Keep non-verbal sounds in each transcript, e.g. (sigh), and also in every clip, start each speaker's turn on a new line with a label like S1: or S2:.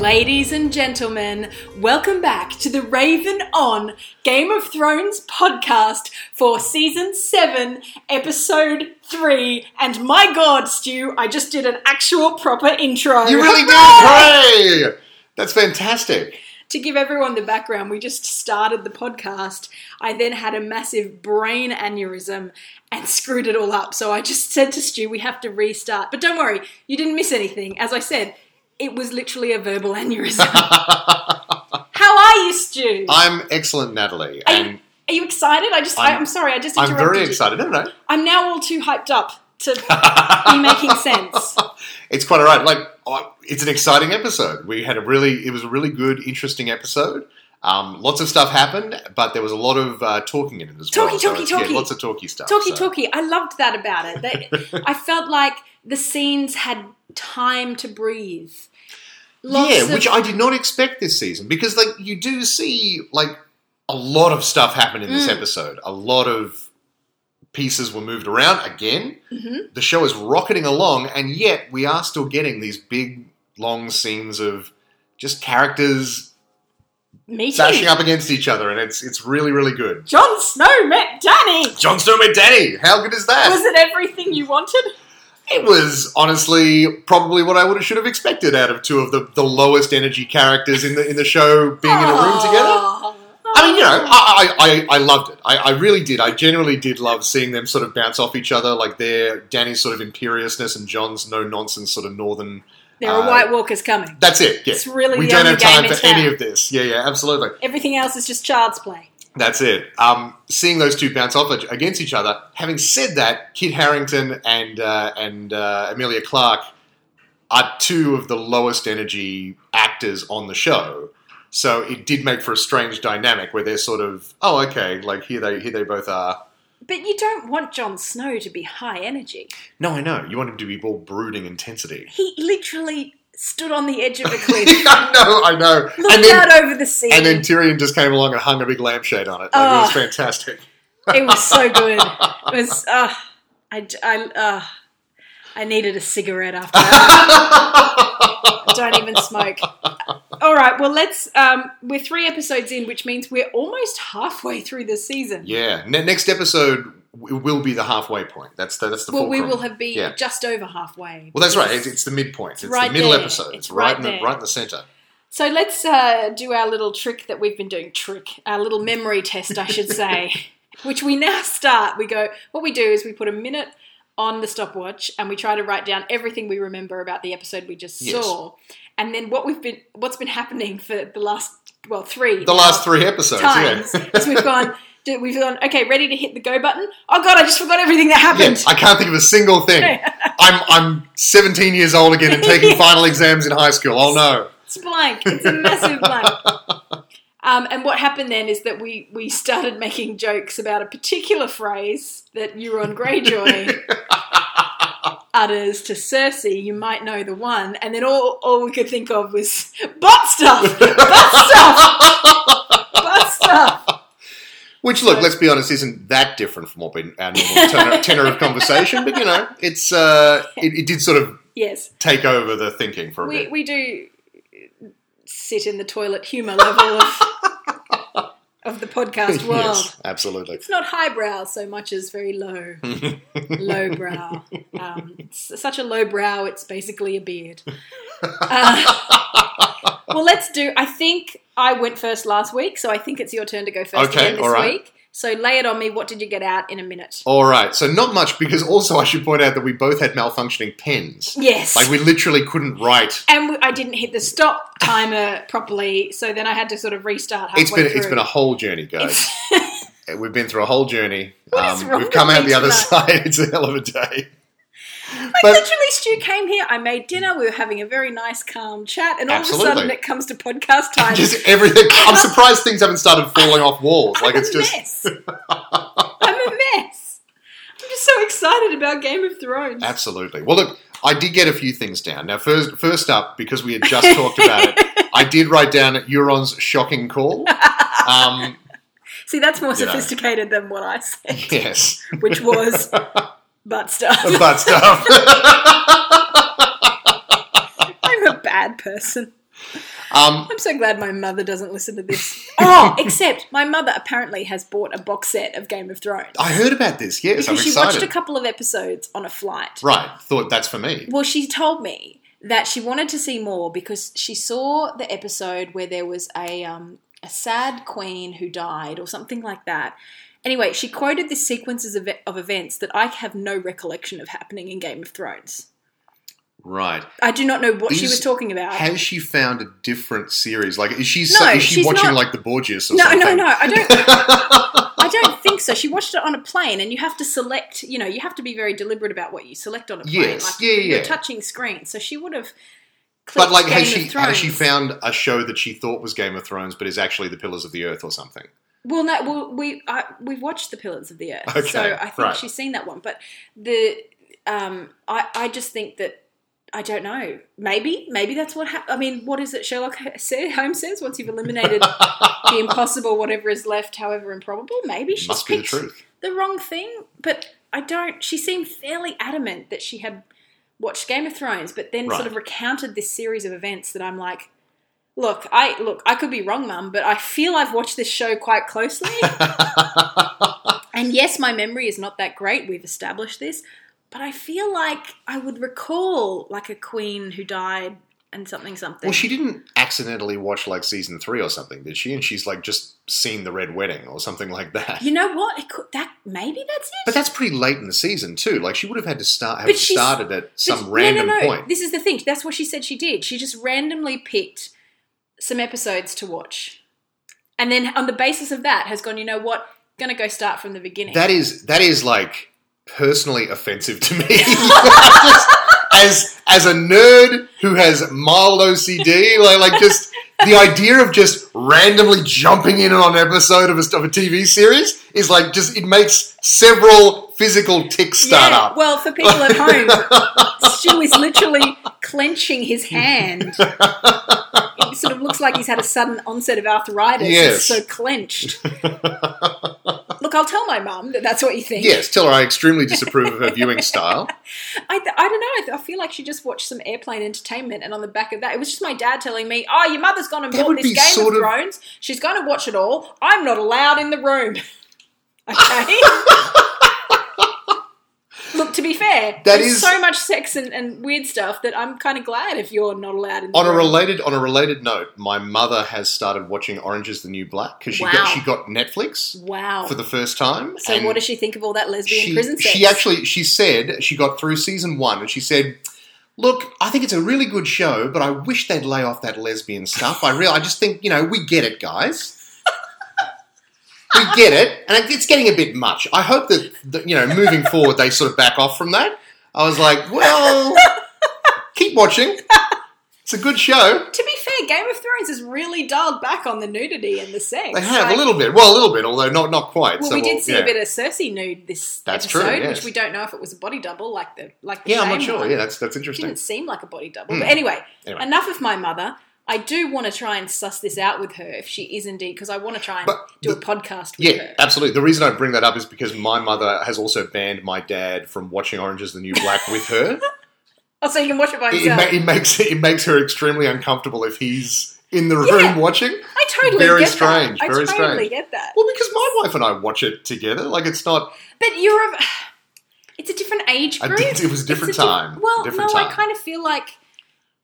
S1: Ladies and gentlemen, welcome back to the Raven On Game of Thrones podcast for season 7, episode 3. And my god, Stu, I just did an actual proper intro. (laughs)
S2: You really
S1: Hooray!
S2: did! Hooray! That's fantastic.
S1: To give everyone the background, we just started the podcast. I then had a massive brain aneurysm and (laughs) screwed it all up. So I just said to Stu, we have to restart. But don't worry, you didn't miss anything. As I said, it was literally a verbal (laughs) aneurysm. How are you, Stu?
S2: I'm excellent, Natalie.
S1: Are
S2: And
S1: you, are you excited? I just, I'm,
S2: I'm-
S1: I'm sorry, I just
S2: I'm
S1: interrupted
S2: very
S1: you.
S2: excited. No, no, no.
S1: I'm now all too hyped up
S2: (laughs)
S1: to be making sense.
S2: It's quite all right. Like, oh, it's an exciting episode. We had a really, it was a really good, interesting episode. Um, lots of stuff happened, but there was a lot of uh, talking in it as
S1: Talky,
S2: well. So
S1: talky,
S2: it's- yeah,
S1: talky.
S2: lots of
S1: (laughs)
S2: talky stuff.
S1: Talky
S2: so.
S1: talky, I loved that about it.
S2: (laughs)
S1: They, I felt like the scenes had time to breathe. Lots
S2: yeah,
S1: of-
S2: which I did not expect this season because like you do see like a lot of stuff happen in this
S1: Mm.
S2: episode. A lot of pieces were moved around again.
S1: Mhm.
S2: The show is rocketing along and yet we are still getting these big long scenes of just characters
S1: me too.
S2: bashing up against each other and it's it's really really good.
S1: Jon Snow met Danny.
S2: Jon Snow and Danny, how good is that?
S1: Was it everything you wanted?
S2: it was honestly probably what I would have should have expected out of two of the, the lowest energy characters in the in the show being in a room together. I mean, you know, I, I, I I loved it. I, I really did. I genuinely did love seeing them sort of bounce off each other, like their Danny's sort of imperiousness and John's no nonsense sort of northern.
S1: there are
S2: uh,
S1: White Walkers coming.
S2: That's it. Yeah.
S1: It's really
S2: we
S1: the
S2: don't
S1: only
S2: have time
S1: game in
S2: for any
S1: town.
S2: of this. Yeah, yeah, absolutely.
S1: Everything else is just child's play.
S2: That's it. Um, seeing those two bounce off ag- against each other. Having said that, Kit Harrington and uh, and uh, Amelia Clark are two of the lowest energy actors on the show. So it did make for a strange dynamic where they're sort of, oh, okay, like here they here they both are.
S1: But you don't want Jon Snow to be high energy.
S2: No, I know. You want him to be all brooding (laughs) intensity.
S1: He literally stood on the edge of a cliff,
S2: I know,
S1: (laughs)
S2: I know.
S1: looked
S2: (laughs) and then
S1: out over the sea.
S2: and then Tyrion just came along and hung a big lampshade on it. Like, it
S1: Oh.
S2: was fantastic.
S1: it was so good. It was. Uh, I. j- I. Uh, I needed a cigarette after that. I don't even smoke. All right. Well, let's. Um, we're three episodes in, which means we're almost halfway through the season.
S2: yeah. Ne- next episode w- will be the halfway point. That's the, that's the.
S1: Well, we
S2: fulcrum.
S1: will have been
S2: Yeah.
S1: just over halfway.
S2: Well, that's right. It's, it's the midpoint. It's,
S1: right
S2: the middle
S1: there.
S2: episode.
S1: It's
S2: It's
S1: right
S2: right in the
S1: there.
S2: right in the center.
S1: So let's uh, do our little trick that we've been doing, trick, our little memory test, I should
S2: (laughs)
S1: say, which we now start. We go, what we do is we put a minute on the stopwatch and we try to write down everything we remember about the episode we just
S2: Yes.
S1: saw. And then what we've been, what's been happening for the last, well, three.
S2: The last three episodes.
S1: times
S2: Yeah.
S1: is we've gone, (laughs) do- we've gone, okay, ready to hit the go button. Oh God, I just forgot everything that happened.
S2: (laughs) Yeah, I can't think of a single thing.
S1: (laughs)
S2: I'm I'm 17 years old again and taking final exams in high school. Oh no.
S1: It's blank. It's a massive blank. Um, and what happened then is that we we started making jokes about a particular phrase that Euron Greyjoy utters to Cersei. You might know the one. And then all all we could think of was butt stuff, butt stuff, butt stuff.
S2: Which, look, let's be honest, isn't that different from what we, our normal
S1: (laughs)
S2: tenor, tenor of conversation? But you know, it's uh, it, it did sort of
S1: Yes,
S2: take over the thinking for a
S1: we
S2: bit.
S1: we do sit in the toilet humor level of of the podcast world.
S2: (laughs) yes, absolutely.
S1: it's not highbrow so much as very low,
S2: (laughs)
S1: lowbrow. Um, it's such a lowbrow, it's basically a
S2: (laughs)
S1: beard. Uh, well, let's do. I think I went first last week, so I think it's your turn to go first
S2: Okay,
S1: again this
S2: all right.
S1: week. So lay it on me. What did you get out in a minute?
S2: All right, so not much because also I should point out that we both had malfunctioning pens.
S1: Yes.
S2: Like we literally couldn't write.
S1: and we- I didn't hit the stop timer properly, so then I had to sort of restart halfway
S2: It's been
S1: through.
S2: it's been a whole journey, guys. We've been through a whole journey.
S1: (laughs)
S2: Um,
S1: What is wrong
S2: we've come
S1: with
S2: out
S1: me
S2: the other
S1: tonight?
S2: side. (laughs) It's a hell of a day.
S1: Like,
S2: But
S1: literally, Stu came here. I made dinner. We were having a very nice, calm chat, and all
S2: Absolutely.
S1: of a sudden, it comes to podcast time.
S2: (laughs) just everything.
S1: (laughs)
S2: I'm surprised things haven't started falling off walls. Like it's
S1: I'm a
S2: just
S1: mess. I'm a mess. I'm just so excited about Game of Thrones.
S2: Absolutely. Well, look, I did get a few things down. Now, first, first up, because we had just talked
S1: (laughs)
S2: about it, I did write down Euron's shocking call.
S1: (laughs)
S2: Um,
S1: See, that's more
S2: You know.
S1: sophisticated than what I said,
S2: yes,
S1: which
S2: (laughs)
S1: was butt stuff.
S2: but
S1: (laughs)
S2: stuff.
S1: I'm a bad person.
S2: Um,
S1: I'm so glad my mother doesn't listen to this. Oh, except my mother apparently has bought a box set of Game of Thrones.
S2: (laughs) I heard about this. Yes,
S1: because
S2: I'm
S1: she
S2: excited.
S1: watched a couple of episodes on a flight.
S2: right, thought that's for me.
S1: Well, she told me that she wanted to see more because she saw the episode where there was a um, a sad queen who died or something like that. Anyway, she quoted this sequences of, e-, of events that I have no recollection of happening in Game of Thrones.
S2: Right.
S1: I do not know what she
S2: These-
S1: was talking about.
S2: Has she found a different series? Like, is she
S1: Uh, No,
S2: is she
S1: she's
S2: watching
S1: not-
S2: like the Borgias or
S1: no,
S2: something?
S1: no, no. I don't.
S2: (laughs) no.
S1: I don't think so. She watched it on a plane, and you have to select. You know, you have to be very deliberate about what you select on a plane.
S2: Yes. Yeah, yeah,
S1: You're
S2: yeah.
S1: touching screens, so she would have.
S2: but
S1: clicked
S2: like,
S1: Game
S2: has she
S1: of Thrones.
S2: has she found a show that she thought was Game of Thrones, but is actually the Pillars of the Earth or something?
S1: Well, no, well, we I, we've watched the Pillars of the Earth,
S2: Okay,
S1: so I think
S2: right.
S1: she's seen that one. But the um, I I just think that I don't know. Maybe maybe that's what hap- I mean. What is it Sherlock say, Holmes says? Once you've
S2: (laughs)
S1: eliminated the impossible, whatever is left, however improbable, maybe she's
S2: Must be the
S1: picked
S2: truth.
S1: the wrong thing. But I don't. She seemed fairly adamant that she had watched Game of Thrones, but then
S2: Right.
S1: sort of recounted this series of events that I'm like. Look, I look. I could be wrong, Mum, but I feel I've watched this show quite
S2: (laughs)
S1: closely. And yes, my memory is not that great. We've established this. But I feel like I would recall like a queen who died and something something.
S2: well, she didn't accidentally watch like season three or something, did she? And she's like just seen the Red Wedding or something like that.
S1: You know what? It could that maybe that's it.
S2: But that's pretty late in the season too. Like she would have had to start have
S1: But she's-
S2: started at
S1: But-
S2: some random point.
S1: This is the thing. That's what she said she did. She just randomly picked some episodes to watch. And then on the basis of that has gone, you know what? Going to go start from the beginning.
S2: That is that is like personally offensive to
S1: (laughs)
S2: me. (laughs) Just as as a nerd who has mild OCD, like like just the idea of just randomly jumping in on an episode of a, of a TV series is like just it makes several physical ticks start
S1: Yeah,
S2: up.
S1: Well, for people at
S2: (laughs)
S1: home, Stu is literally clenching his hand. It sort of looks like he's had a sudden onset of arthritis.
S2: Yes.
S1: It's so clenched. Look, I'll tell my mum that that's what you think.
S2: Yes, tell her I extremely disapprove of her viewing style. (laughs)
S1: I, th- I don't know. I, th- I feel like she just watched some airplane entertainment, and on the back of that, it was just my dad telling me, "Oh, your mother's gone and
S2: That
S1: bought
S2: would
S1: this
S2: be
S1: Game of
S2: sort of-
S1: Thrones. She's going to watch it all. I'm not allowed in the room." (laughs)
S2: (laughs)
S1: Okay. Look, to be fair,
S2: That
S1: there's
S2: is-
S1: so much sex and, and weird stuff that I'm kind of glad if you're not allowed in. The
S2: On a
S1: room.
S2: related on a related note, my mother has started watching Orange is the New Black because she
S1: Wow.
S2: got she got Netflix
S1: wow.
S2: for the first time.
S1: so,
S2: and
S1: what does she think of all that lesbian
S2: she,
S1: prison sex?
S2: she actually she said she got through season one and she said look i think it's a really good show but i wish they'd lay off that lesbian stuff i real i just think you know we get it guys we get it and it- it's getting a bit much i hope that, that you know moving forward they sort of back off from that i was like well keep watching it's a good show
S1: To be fair, Game of Thrones has really dialed back on the nudity and the sex.
S2: they have
S1: Like,
S2: a little bit well a little bit although not not quite
S1: Well,
S2: so
S1: we
S2: we'll-
S1: did see
S2: yeah.
S1: a bit of Cersei nude this
S2: That's true,
S1: episode,
S2: yes.
S1: which we don't know if it was a body double like the like the
S2: yeah i'm
S1: Shame
S2: not sure
S1: one.
S2: yeah that's that's
S1: it
S2: interesting
S1: didn't seem like a body double.
S2: Hmm.
S1: But anyway,
S2: Anyway.
S1: enough of my mother. I do want to try and suss this out with her if she is indeed because I want to try and
S2: But
S1: do a
S2: the-
S1: podcast with
S2: Yeah,
S1: her.
S2: absolutely. The reason I bring that up is because my mother has also banned my dad from watching Orange is the New Black
S1: (laughs)
S2: with her.
S1: Oh, so you can watch it by
S2: it, it,
S1: yourself.
S2: ma- it makes it makes her extremely uncomfortable if he's in the room
S1: Yeah.
S2: watching.
S1: I totally
S2: very
S1: get
S2: strange,
S1: that. I
S2: very
S1: totally
S2: strange.
S1: get that.
S2: Well, because my wife and I watch it together. Like it's not.
S1: But you're a, (sighs) it's a different age
S2: I
S1: group.
S2: did- it was a
S1: It's
S2: different
S1: di-
S2: time.
S1: well,
S2: Different
S1: no, I
S2: time.
S1: kind of feel like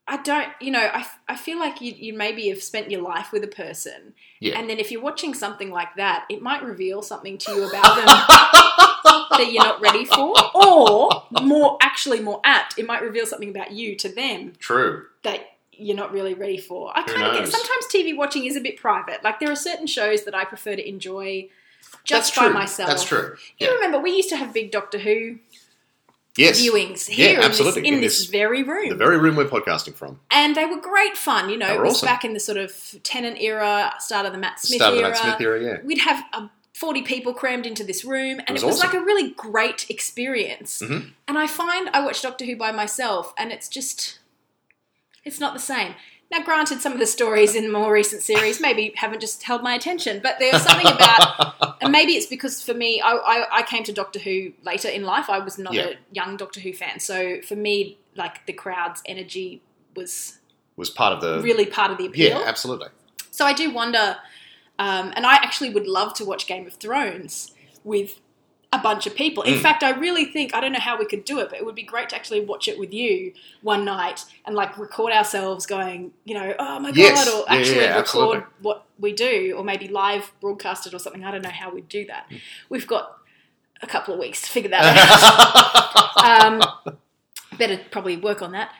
S1: I don't. You know, I, f- I feel like you you maybe have spent your life with a person,
S2: Yeah.
S1: and then if you're watching something like that, it might reveal something to you about
S2: (laughs)
S1: them that you're not ready for, or more actually more apt, it might reveal something about you to them
S2: True.
S1: that you're not really ready for. I
S2: Who
S1: kind of get
S2: knows?
S1: sometimes TV watching is a bit private. Like there are certain shows that I prefer to enjoy
S2: That's
S1: just by
S2: true.
S1: myself.
S2: That's true.
S1: You
S2: Yeah.
S1: remember we used to have big Doctor Who
S2: Yes.
S1: viewings
S2: Yeah,
S1: here in this-
S2: absolutely.
S1: in,
S2: In
S1: this,
S2: this-
S1: very room.
S2: The very room we're podcasting from.
S1: and they were great fun, you know.
S2: They
S1: It
S2: were
S1: was
S2: awesome.
S1: back in the sort of Tennant era, start of the Matt Smith,
S2: Start of the
S1: era.
S2: Matt Smith era. Yeah.
S1: We'd have uh, 40 people crammed into this room, and it was,
S2: was
S1: like a really great experience.
S2: Mhm.
S1: And I find I watch Doctor Who by myself, and it's just, it's not the same. Now, granted, some of the stories in more recent series maybe haven't just held my attention, but there's something about and maybe it's because for me, I, I, I came to Doctor Who later in life. I was not
S2: Yeah.
S1: a young Doctor Who fan, so for me, like the crowd's energy was
S2: was part of the
S1: really part of the appeal.
S2: yeah,
S1: (laughs)
S2: absolutely.
S1: So I do wonder, um, and I actually would love to watch Game of Thrones with a bunch of people. In
S2: Mm.
S1: fact, I really think I don't know how we could do it, but it would be great to actually watch it with you one night and like record ourselves going, you know, oh my
S2: Yes.
S1: god, or
S2: Yeah, yeah,
S1: actually
S2: yeah,
S1: record
S2: absolutely.
S1: what we do, or maybe live broadcast it or something. I don't know how we'd do that.
S2: Mm.
S1: We've got a couple of weeks to figure that out. um, better probably work on that.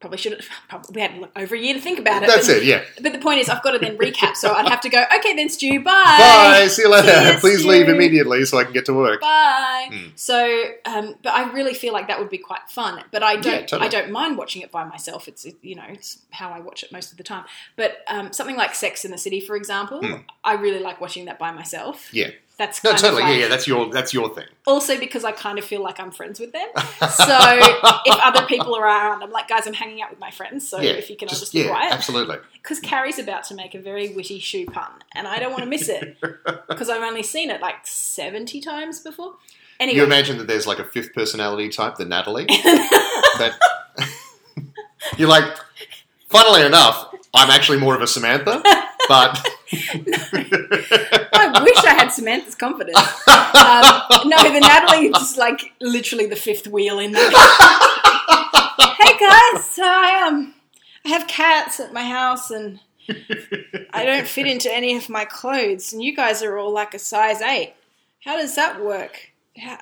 S1: Probably should have. (laughs) Probably, we had like, over a year to think about it.
S2: (laughs) That's
S1: but-
S2: it. Yeah.
S1: but the point is, I've got to
S2: (laughs)
S1: then recap, so I'd have to go, okay, then Stu,
S2: Bye.
S1: bye.
S2: See you later.
S1: Yes,
S2: Please
S1: you.
S2: leave immediately so I can get to work.
S1: Bye.
S2: Mm.
S1: So, um, but I really feel like that would be quite fun. But I don't,
S2: Yeah, totally.
S1: I don't mind watching it by myself. It's, it- you know, it's how I watch it most of the time. But um, something like Sex in the City, for example,
S2: Mm.
S1: I really like watching that by myself.
S2: Yeah.
S1: That's
S2: No,
S1: kind
S2: totally.
S1: Of like,
S2: Yeah, yeah. That's your that's your thing.
S1: Also, because I kind of feel like I'm friends with
S2: (laughs)
S1: them. So if other people are around, I'm like, guys, I'm hanging out with my friends. So
S2: yeah.
S1: if you can all
S2: just,
S1: just be
S2: yeah,
S1: quiet. (laughs)
S2: absolutely.
S1: because Carrie's about to make a very witty shoe pun, and I don't want to miss it because I've only seen it like seventy times before. Anyway, (laughs)
S2: You imagine that there's like a fifth personality type, the Natalie. that (laughs) you're like. Funnily enough, I'm actually more of a Samantha, but (laughs)
S1: I wish I had Samantha's confidence. Um, no, the Natalie is just like literally the (laughs) fifth wheel in that. hey guys, so I um, I have cats at my house and. I don't fit into any of my clothes, and you guys are all like a size eight. How does that work? How,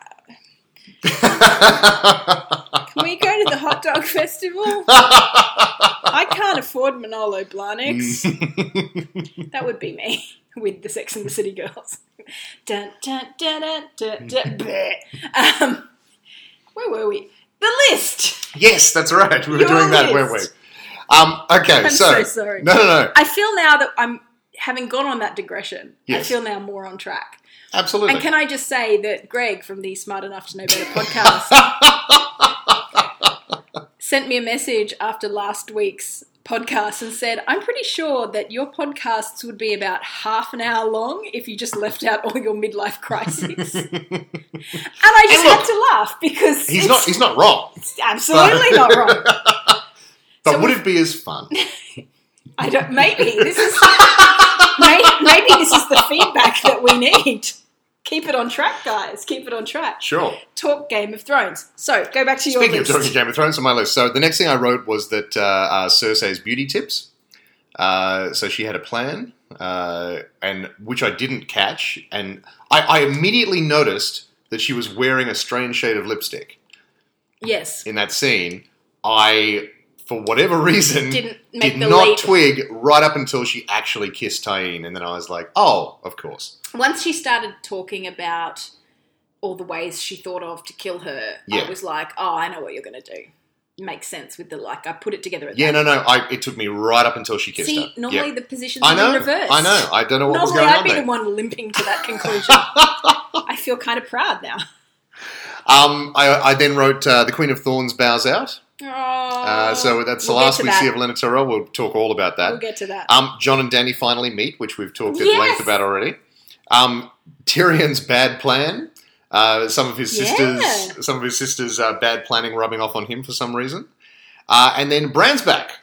S1: Can we go to the hot
S2: (laughs)
S1: dog festival? I can't afford Manolo Blahniks.
S2: Mm.
S1: that would be me (laughs) with the Sex and the City girls. dun, dun, dun, dun, dun,
S2: Mm.
S1: dun, bleh. um, where were we? The list.
S2: yes, that's right. We were
S1: Your
S2: doing that, weren't we?
S1: list.
S2: Um, okay,
S1: I'm so sorry.
S2: no, no, no,
S1: I feel now that I'm having gone on that digression. I
S2: Yes.
S1: feel now more on track.
S2: absolutely.
S1: And can I just say that Greg from the Smart Enough to Know Better
S2: (laughs)
S1: podcast sent me a message after last week's podcast and said, I'm pretty sure that your podcasts would be about half an hour long if you just left out all your midlife
S2: (laughs)
S1: crises. and I just
S2: And look,
S1: had to laugh because
S2: he's
S1: it's
S2: not. He's
S1: (laughs)
S2: not wrong.
S1: absolutely
S2: (laughs)
S1: not wrong.
S2: But
S1: So
S2: would
S1: we-
S2: it be as
S1: (laughs)
S2: fun?
S1: I don't, maybe this is maybe, maybe this is the feedback that we need. Keep it on track, guys. Keep it on track.
S2: Sure.
S1: talk Game of Thrones. So go back to your
S2: Speaking of
S1: list.
S2: talking Game of Thrones on my list, so the next thing I wrote was that uh, uh, Cersei's beauty tips. Uh, so she had a plan, uh, and which I didn't catch, and I, I immediately noticed that she was wearing a strange shade of lipstick
S1: yes,
S2: in that scene. I, for whatever reason,
S1: didn't make
S2: did
S1: the
S2: not
S1: leap.
S2: twig right up until she actually kissed Tyene, and then I was like, oh, of course.
S1: Once she started talking about all the ways she thought of to kill her, I
S2: Yeah.
S1: was like, oh, I know what you're going to do. Makes sense with the like. I put it together at
S2: Yeah,
S1: that.
S2: no, no, I, it took me right up until she kissed
S1: See,
S2: her.
S1: normally
S2: yeah.
S1: the positions
S2: I
S1: are in
S2: know,
S1: reverse.
S2: I know, I don't know what was
S1: Normally,
S2: going
S1: I'd
S2: on
S1: be
S2: there.
S1: the one limping to that conclusion.
S2: (laughs)
S1: I feel kind of proud now.
S2: Um, I, I then wrote uh, the Queen of Thorns bows out. Uh, so that's the
S1: Oh, We'll get
S2: last
S1: to
S2: we
S1: that.
S2: see of Lena Turrell. We'll talk all about that.
S1: we'll get to that.
S2: Um, John and Danny finally meet, which we've talked at
S1: Yes!
S2: length about already. Um, Tyrion's bad plan. Uh, some of his
S1: Yeah.
S2: sisters, some of his sisters' uh, bad planning rubbing off on him for some reason. Uh, and then Bran's back.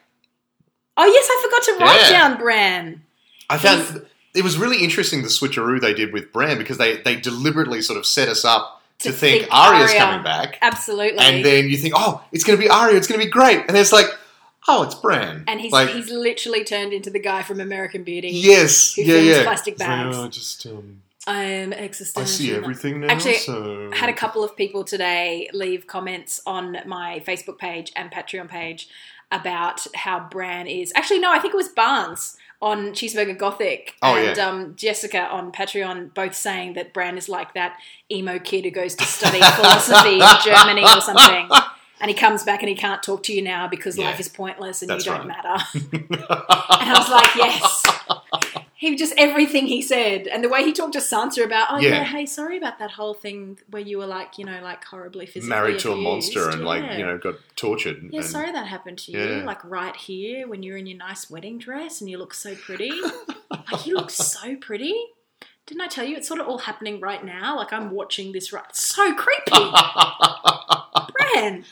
S1: oh yes, I forgot to write
S2: Yeah.
S1: down Bran.
S2: I found
S1: He's-
S2: it was really interesting the switcheroo they did with Bran because they they deliberately sort of set us up to, think, Arya's
S1: Arya.
S2: coming back.
S1: Absolutely.
S2: and then you think, oh, it's going to be Arya, it's going to be great, and it's like, oh, it's Bran,
S1: And he's
S2: like,
S1: he's literally turned into the guy from American Beauty.
S2: yes,
S1: who
S2: yeah,
S1: films
S2: yeah,
S1: plastic
S2: It's like,
S1: bags.
S2: "Oh, I just, um,
S1: I am existential.
S2: I see everything now.
S1: Actually,
S2: so
S1: I had a couple of people today leave comments on my Facebook page and Patreon page about how Bran is. Actually, no, I think it was Barnes on Cheeseburger Gothic
S2: Oh,
S1: and um, Jessica on Patreon both saying that Bran is like that emo kid who goes to study philosophy
S2: (laughs)
S1: in Germany or something. And he comes back and he can't talk to you now because
S2: Yeah.
S1: life is pointless and
S2: That's
S1: you don't
S2: right. (laughs)
S1: matter. And I was like, yes. He just everything he said, and the way he talked to Sansa about, oh yeah,
S2: Yeah.
S1: hey, sorry about that whole thing where you were like, you know, like horribly physically
S2: married to a monster
S1: abused.
S2: and
S1: yeah.
S2: like you know got tortured.
S1: Yeah,
S2: and, (laughs)
S1: sorry that happened to you.
S2: Yeah.
S1: Like right here when you're in your nice wedding dress and you look so pretty.
S2: (laughs)
S1: like you look so pretty. Didn't I tell you it's sort of all happening right now? Like I'm watching this right.
S2: (laughs)
S1: So creepy, Bran.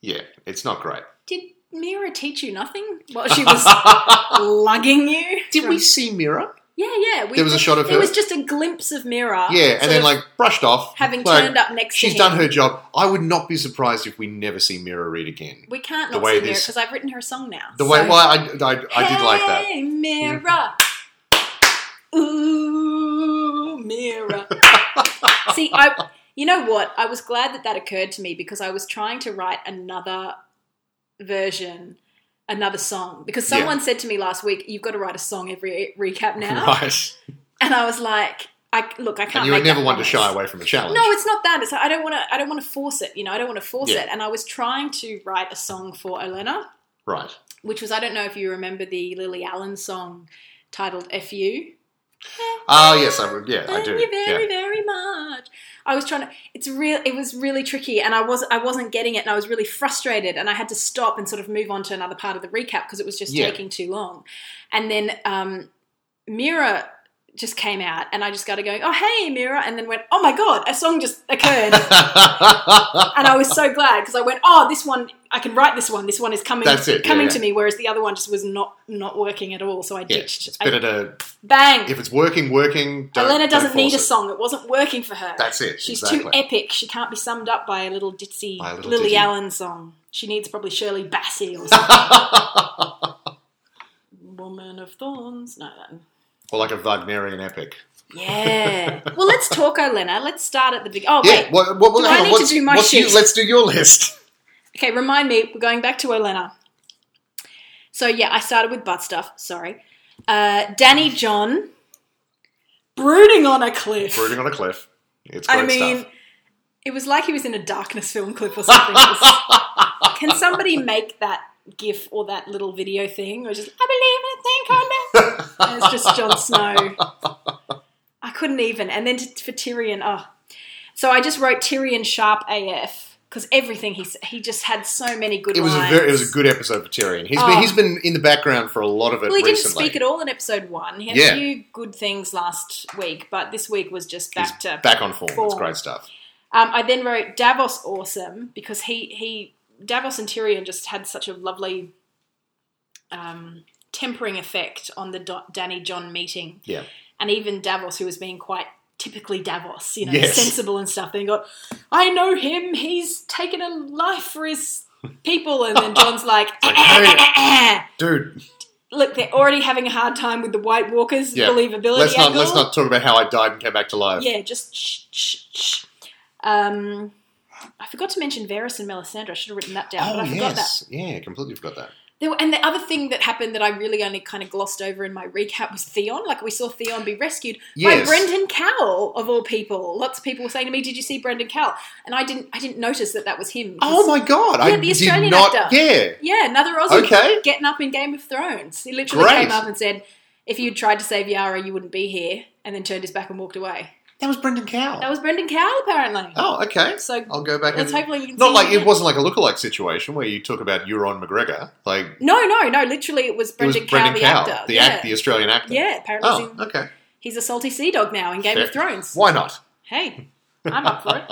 S2: yeah, it's not great.
S1: Did Mira teach you nothing while she
S2: (laughs)
S1: was lugging you?
S2: Did we
S1: from-
S2: see Mira?
S1: Yeah, yeah. We,
S2: There was a shot of
S1: It
S2: her?
S1: was just a glimpse of Mira.
S2: Yeah, and
S1: Uh, sort
S2: then
S1: of
S2: like brushed off.
S1: having
S2: Like,
S1: turned up next
S2: She's
S1: to him.
S2: done her job. I would not be surprised if we never see Mira read again.
S1: We can't
S2: the
S1: not
S2: way
S1: see Mira
S2: this-
S1: because I've written her a song now.
S2: The way,
S1: so-
S2: well, I, I, I did like that.
S1: Hey, Mira. Ooh,
S2: (laughs)
S1: Mira. See, I. You know what? I was glad that that occurred to me because I was trying to write another version, another song. Because
S2: Yeah.
S1: someone said to me last week, "You've got to write a song every recap now,"
S2: Right.
S1: and I was like, "I look, I can't."
S2: And you
S1: make
S2: would never
S1: that
S2: want to
S1: promise.
S2: shy away from a challenge.
S1: No, it's not that. It's I don't want to. I don't want to force it. You know, I don't want to force
S2: Yeah.
S1: it. And I was trying to write a song for Elena,
S2: right.
S1: which was I don't know if you remember the Lily Allen song titled "Fu."
S2: Ah, yes, I would. Yeah, I do.
S1: Thank you very,
S2: Yeah.
S1: very much. I was trying to. It's real. It was really tricky, and I was I wasn't getting it, and I was really frustrated, and I had to stop and sort of move on to another part of the recap because it was just
S2: Yeah.
S1: taking too long. And then um, Mira just came out, and I just started going, "Oh hey, Mira," and then went, "Oh my god, a song just occurred." and I was so glad because I went, oh, this one I can write this one. This one is coming
S2: That's it, yeah,
S1: coming
S2: yeah.
S1: to me, whereas the other one just was not not working at all. So I
S2: yeah,
S1: ditched.
S2: it's
S1: I-
S2: (laughs) better to
S1: bang!
S2: if it's working, working. Don't,
S1: Elena
S2: don't
S1: doesn't need a
S2: force it.
S1: song. It wasn't working for her.
S2: That's it.
S1: She's
S2: exactly.
S1: too epic. She can't be summed up by a little ditzy
S2: By a little
S1: Lily
S2: ditty.
S1: Allen song. She needs probably Shirley Bassey or something. (laughs) Woman of Thorns. No, that.
S2: (laughs) or like a Wagnerian epic. (laughs)
S1: Yeah. well, let's talk, Elena. Let's start at the beginning. Oh,
S2: Yeah.
S1: wait.
S2: What? What?
S1: Do I
S2: hang on,
S1: need to
S2: what's,
S1: do my
S2: what's you,
S1: shit?
S2: Let's do your list. (laughs)
S1: Okay, remind me. We're going back to Olena. So yeah, I started with butt stuff. Sorry, uh, Danny John brooding on a cliff.
S2: Brooding on a cliff. It's great
S1: I mean,
S2: stuff.
S1: it was like he was in a darkness film clip or something. It was- Can somebody make that gif or that little video thing? Or just I believe in a thing called love." And it's just Jon Snow. I couldn't even. And then to, for Tyrion, oh. So I just wrote Tyrion sharp AF because everything he s- he just had so many good.
S2: It was a
S1: lines.
S2: very, it was a good episode for Tyrion. He's
S1: Oh.
S2: been he's been in the background for a lot of it
S1: Well, he didn't
S2: recently.
S1: speak at all in episode one. He had
S2: Yeah.
S1: a few good things last week, but this week was just back
S2: He's
S1: to.
S2: back on form. It's
S1: form.
S2: great stuff.
S1: Um, I then wrote Davos awesome because he he Davos and Tyrion just had such a lovely um, tempering effect on the Do- Danny John meeting,
S2: Yeah.
S1: and even Davos, who was being quite typically Davos, you know,
S2: Yes.
S1: sensible and stuff. Then got, I know him. He's taken a life for his people, and
S2: (laughs)
S1: then John's like. "Eh,
S2: like, "Hey." Dude,
S1: Look, they're already having a hard time with the White Walkers
S2: Yeah.
S1: believability
S2: let's not
S1: angle.
S2: let's not talk about how I died and came back to life.
S1: Yeah, just shh, shh, shh. Um, I forgot to mention Varys and Melisandre. I should have written that down,
S2: Oh
S1: but I forgot that.
S2: yes, yeah, completely forgot that.
S1: There were, and the other thing that happened that I really only kind of glossed over in my recap was Theon. Like we saw Theon be rescued
S2: Yes.
S1: by Brendan Cowell of all people. Lots of people were saying to me, "Did you see Brendan Cowell?" And I didn't. I didn't notice that that was him.
S2: Oh my god!
S1: Yeah,
S2: I
S1: the Australian
S2: did not.
S1: actor.
S2: Yeah,
S1: Yeah, another Aussie
S2: Okay.
S1: getting up in Game of Thrones. He literally
S2: Great.
S1: came up and said, "If you'd tried to save Yara, you wouldn't be here," and then turned his back and walked away.
S2: that was Brendan Cowell.
S1: That was Brendan Cowell, apparently.
S2: oh, okay.
S1: So
S2: I'll go back.
S1: let's
S2: And,
S1: hopefully you can
S2: not
S1: see
S2: like
S1: him.
S2: it wasn't like a lookalike situation where you talk about Euron McGregor. Like
S1: No, no, no. Literally, it was
S2: it was
S1: Brendan,
S2: Brendan
S1: Cowell,
S2: Cowell,
S1: the actor.
S2: the
S1: yeah.
S2: act, the Australian actor.
S1: yeah, apparently he's,
S2: Oh,
S1: in-
S2: okay.
S1: he's a salty sea dog now in Game
S2: Fair.
S1: of Thrones.
S2: Why not? (laughs)
S1: Hey, I'm up for it.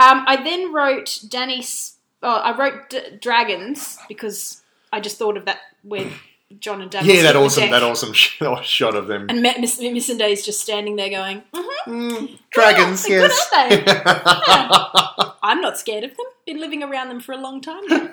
S1: Um, I then wrote Danny. S- Oh, I wrote D- dragons because I just thought of that when John and Davos.
S2: yeah,
S1: hit
S2: that
S1: the
S2: awesome,
S1: deck.
S2: that awesome (laughs) sh- shot of them
S1: And Matt Miss- Missandei's just standing there going, "Mhm,
S2: Mm, dragons.
S1: Yeah,
S2: yes.
S1: good, "I'm not scared of them. Been living around them for a long time." now."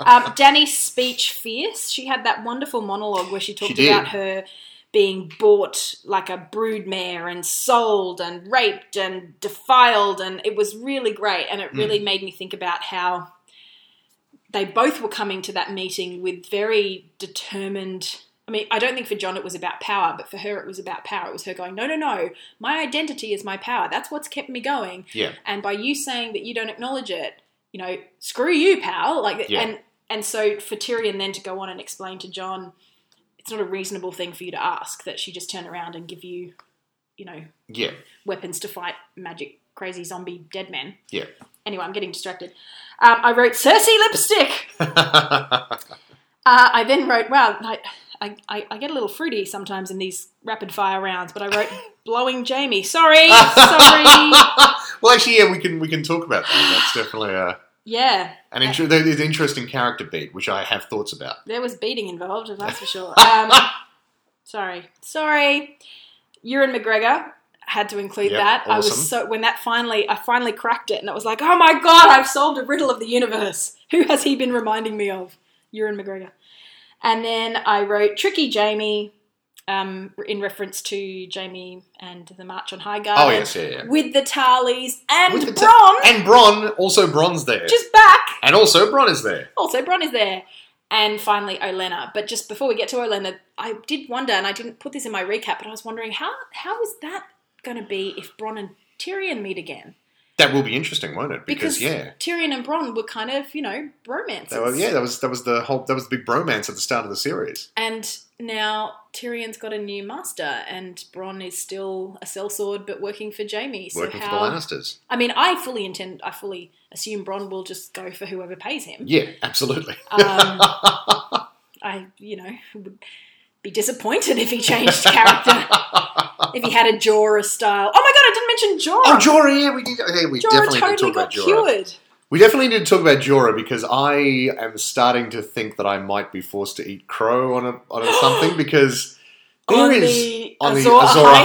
S1: um, Danny's speech fierce. She had that wonderful monologue where she talked
S2: did.
S1: about her being bought like a broodmare and sold and raped and defiled, and it was really great. And it really made me think about how they both were coming to that meeting with very determined. I mean, I don't think for John it was about power, but for her it was about power. It was her going, no, no, no, my identity is my power. That's what's kept me going.
S2: (laughs) yeah,
S1: And by you saying that you don't acknowledge it, you know, screw you, pal. Like,
S2: Yeah.
S1: and and so for Tyrion then to go on and explain to John, it's not a reasonable thing for you to ask that she just turn around and give you, you know,
S2: yeah,
S1: weapons to fight magic crazy zombie dead men.
S2: yeah.
S1: Anyway, I'm getting distracted. Um, I wrote Cersei lipstick.
S2: yeah,
S1: Uh, I then wrote, wow, I, I- I, I get a little fruity sometimes in these rapid fire rounds, but I wrote blowing
S2: (laughs)
S1: Jamie. Sorry, sorry.
S2: well, actually, yeah, we can we can talk about that. That's definitely a
S1: Yeah,
S2: An inter- there's an interesting character beat, which I have thoughts about.
S1: there was beating involved, that's for
S2: (laughs)
S1: sure. Um, sorry, sorry. Ewan McGregor had to include
S2: Yep,
S1: that. I
S2: awesome.
S1: was so when that finally, I finally cracked it, and it was like, oh my god, I've solved a riddle of the universe. (laughs) Who has he been reminding me of? Ewan McGregor. And then I wrote Tricky Jamie um, in reference to Jamie and the March on High Garden.
S2: oh yes, yeah, yeah.
S1: With the Tarleys and
S2: With the Ta-
S1: Bron,
S2: And Bron, also Bron's there,
S1: which is back.
S2: and also Bron is there.
S1: Also, Oh, Bron is there. And finally, Olena. But just before we get to Olena, I did wonder, and I didn't put this in my recap, but I was wondering how how is that going to be if Bron and Tyrion meet again?
S2: That will be interesting, won't it? Because, yeah,
S1: Tyrion and Bron were kind of, you know, romances.
S2: that was, yeah, that was that was the whole that was the big bromance at the start of the series.
S1: And now Tyrion's got a new master, and Bron is still a sellsword, but working for Jamie. So
S2: working
S1: how?
S2: for the Lannisters,
S1: I mean, I fully intend, I fully assume Bron will just go for whoever pays him.
S2: yeah, absolutely.
S1: Um, I, you know, would be disappointed if he changed character, if he had a Jorah style. (laughs) Oh my god, I didn't mention Jorah.
S2: Oh, Jorah! Yeah, we, did, yeah, we
S1: Jorah
S2: definitely need to
S1: totally
S2: talk
S1: got
S2: about Jorah.
S1: cured.
S2: We definitely need to talk about Jorah because I am starting to think that I might be forced to eat crow on a
S1: (gasps)
S2: on a something because there
S1: On
S2: is
S1: the
S2: on the
S1: Azor
S2: Azor
S1: Ahai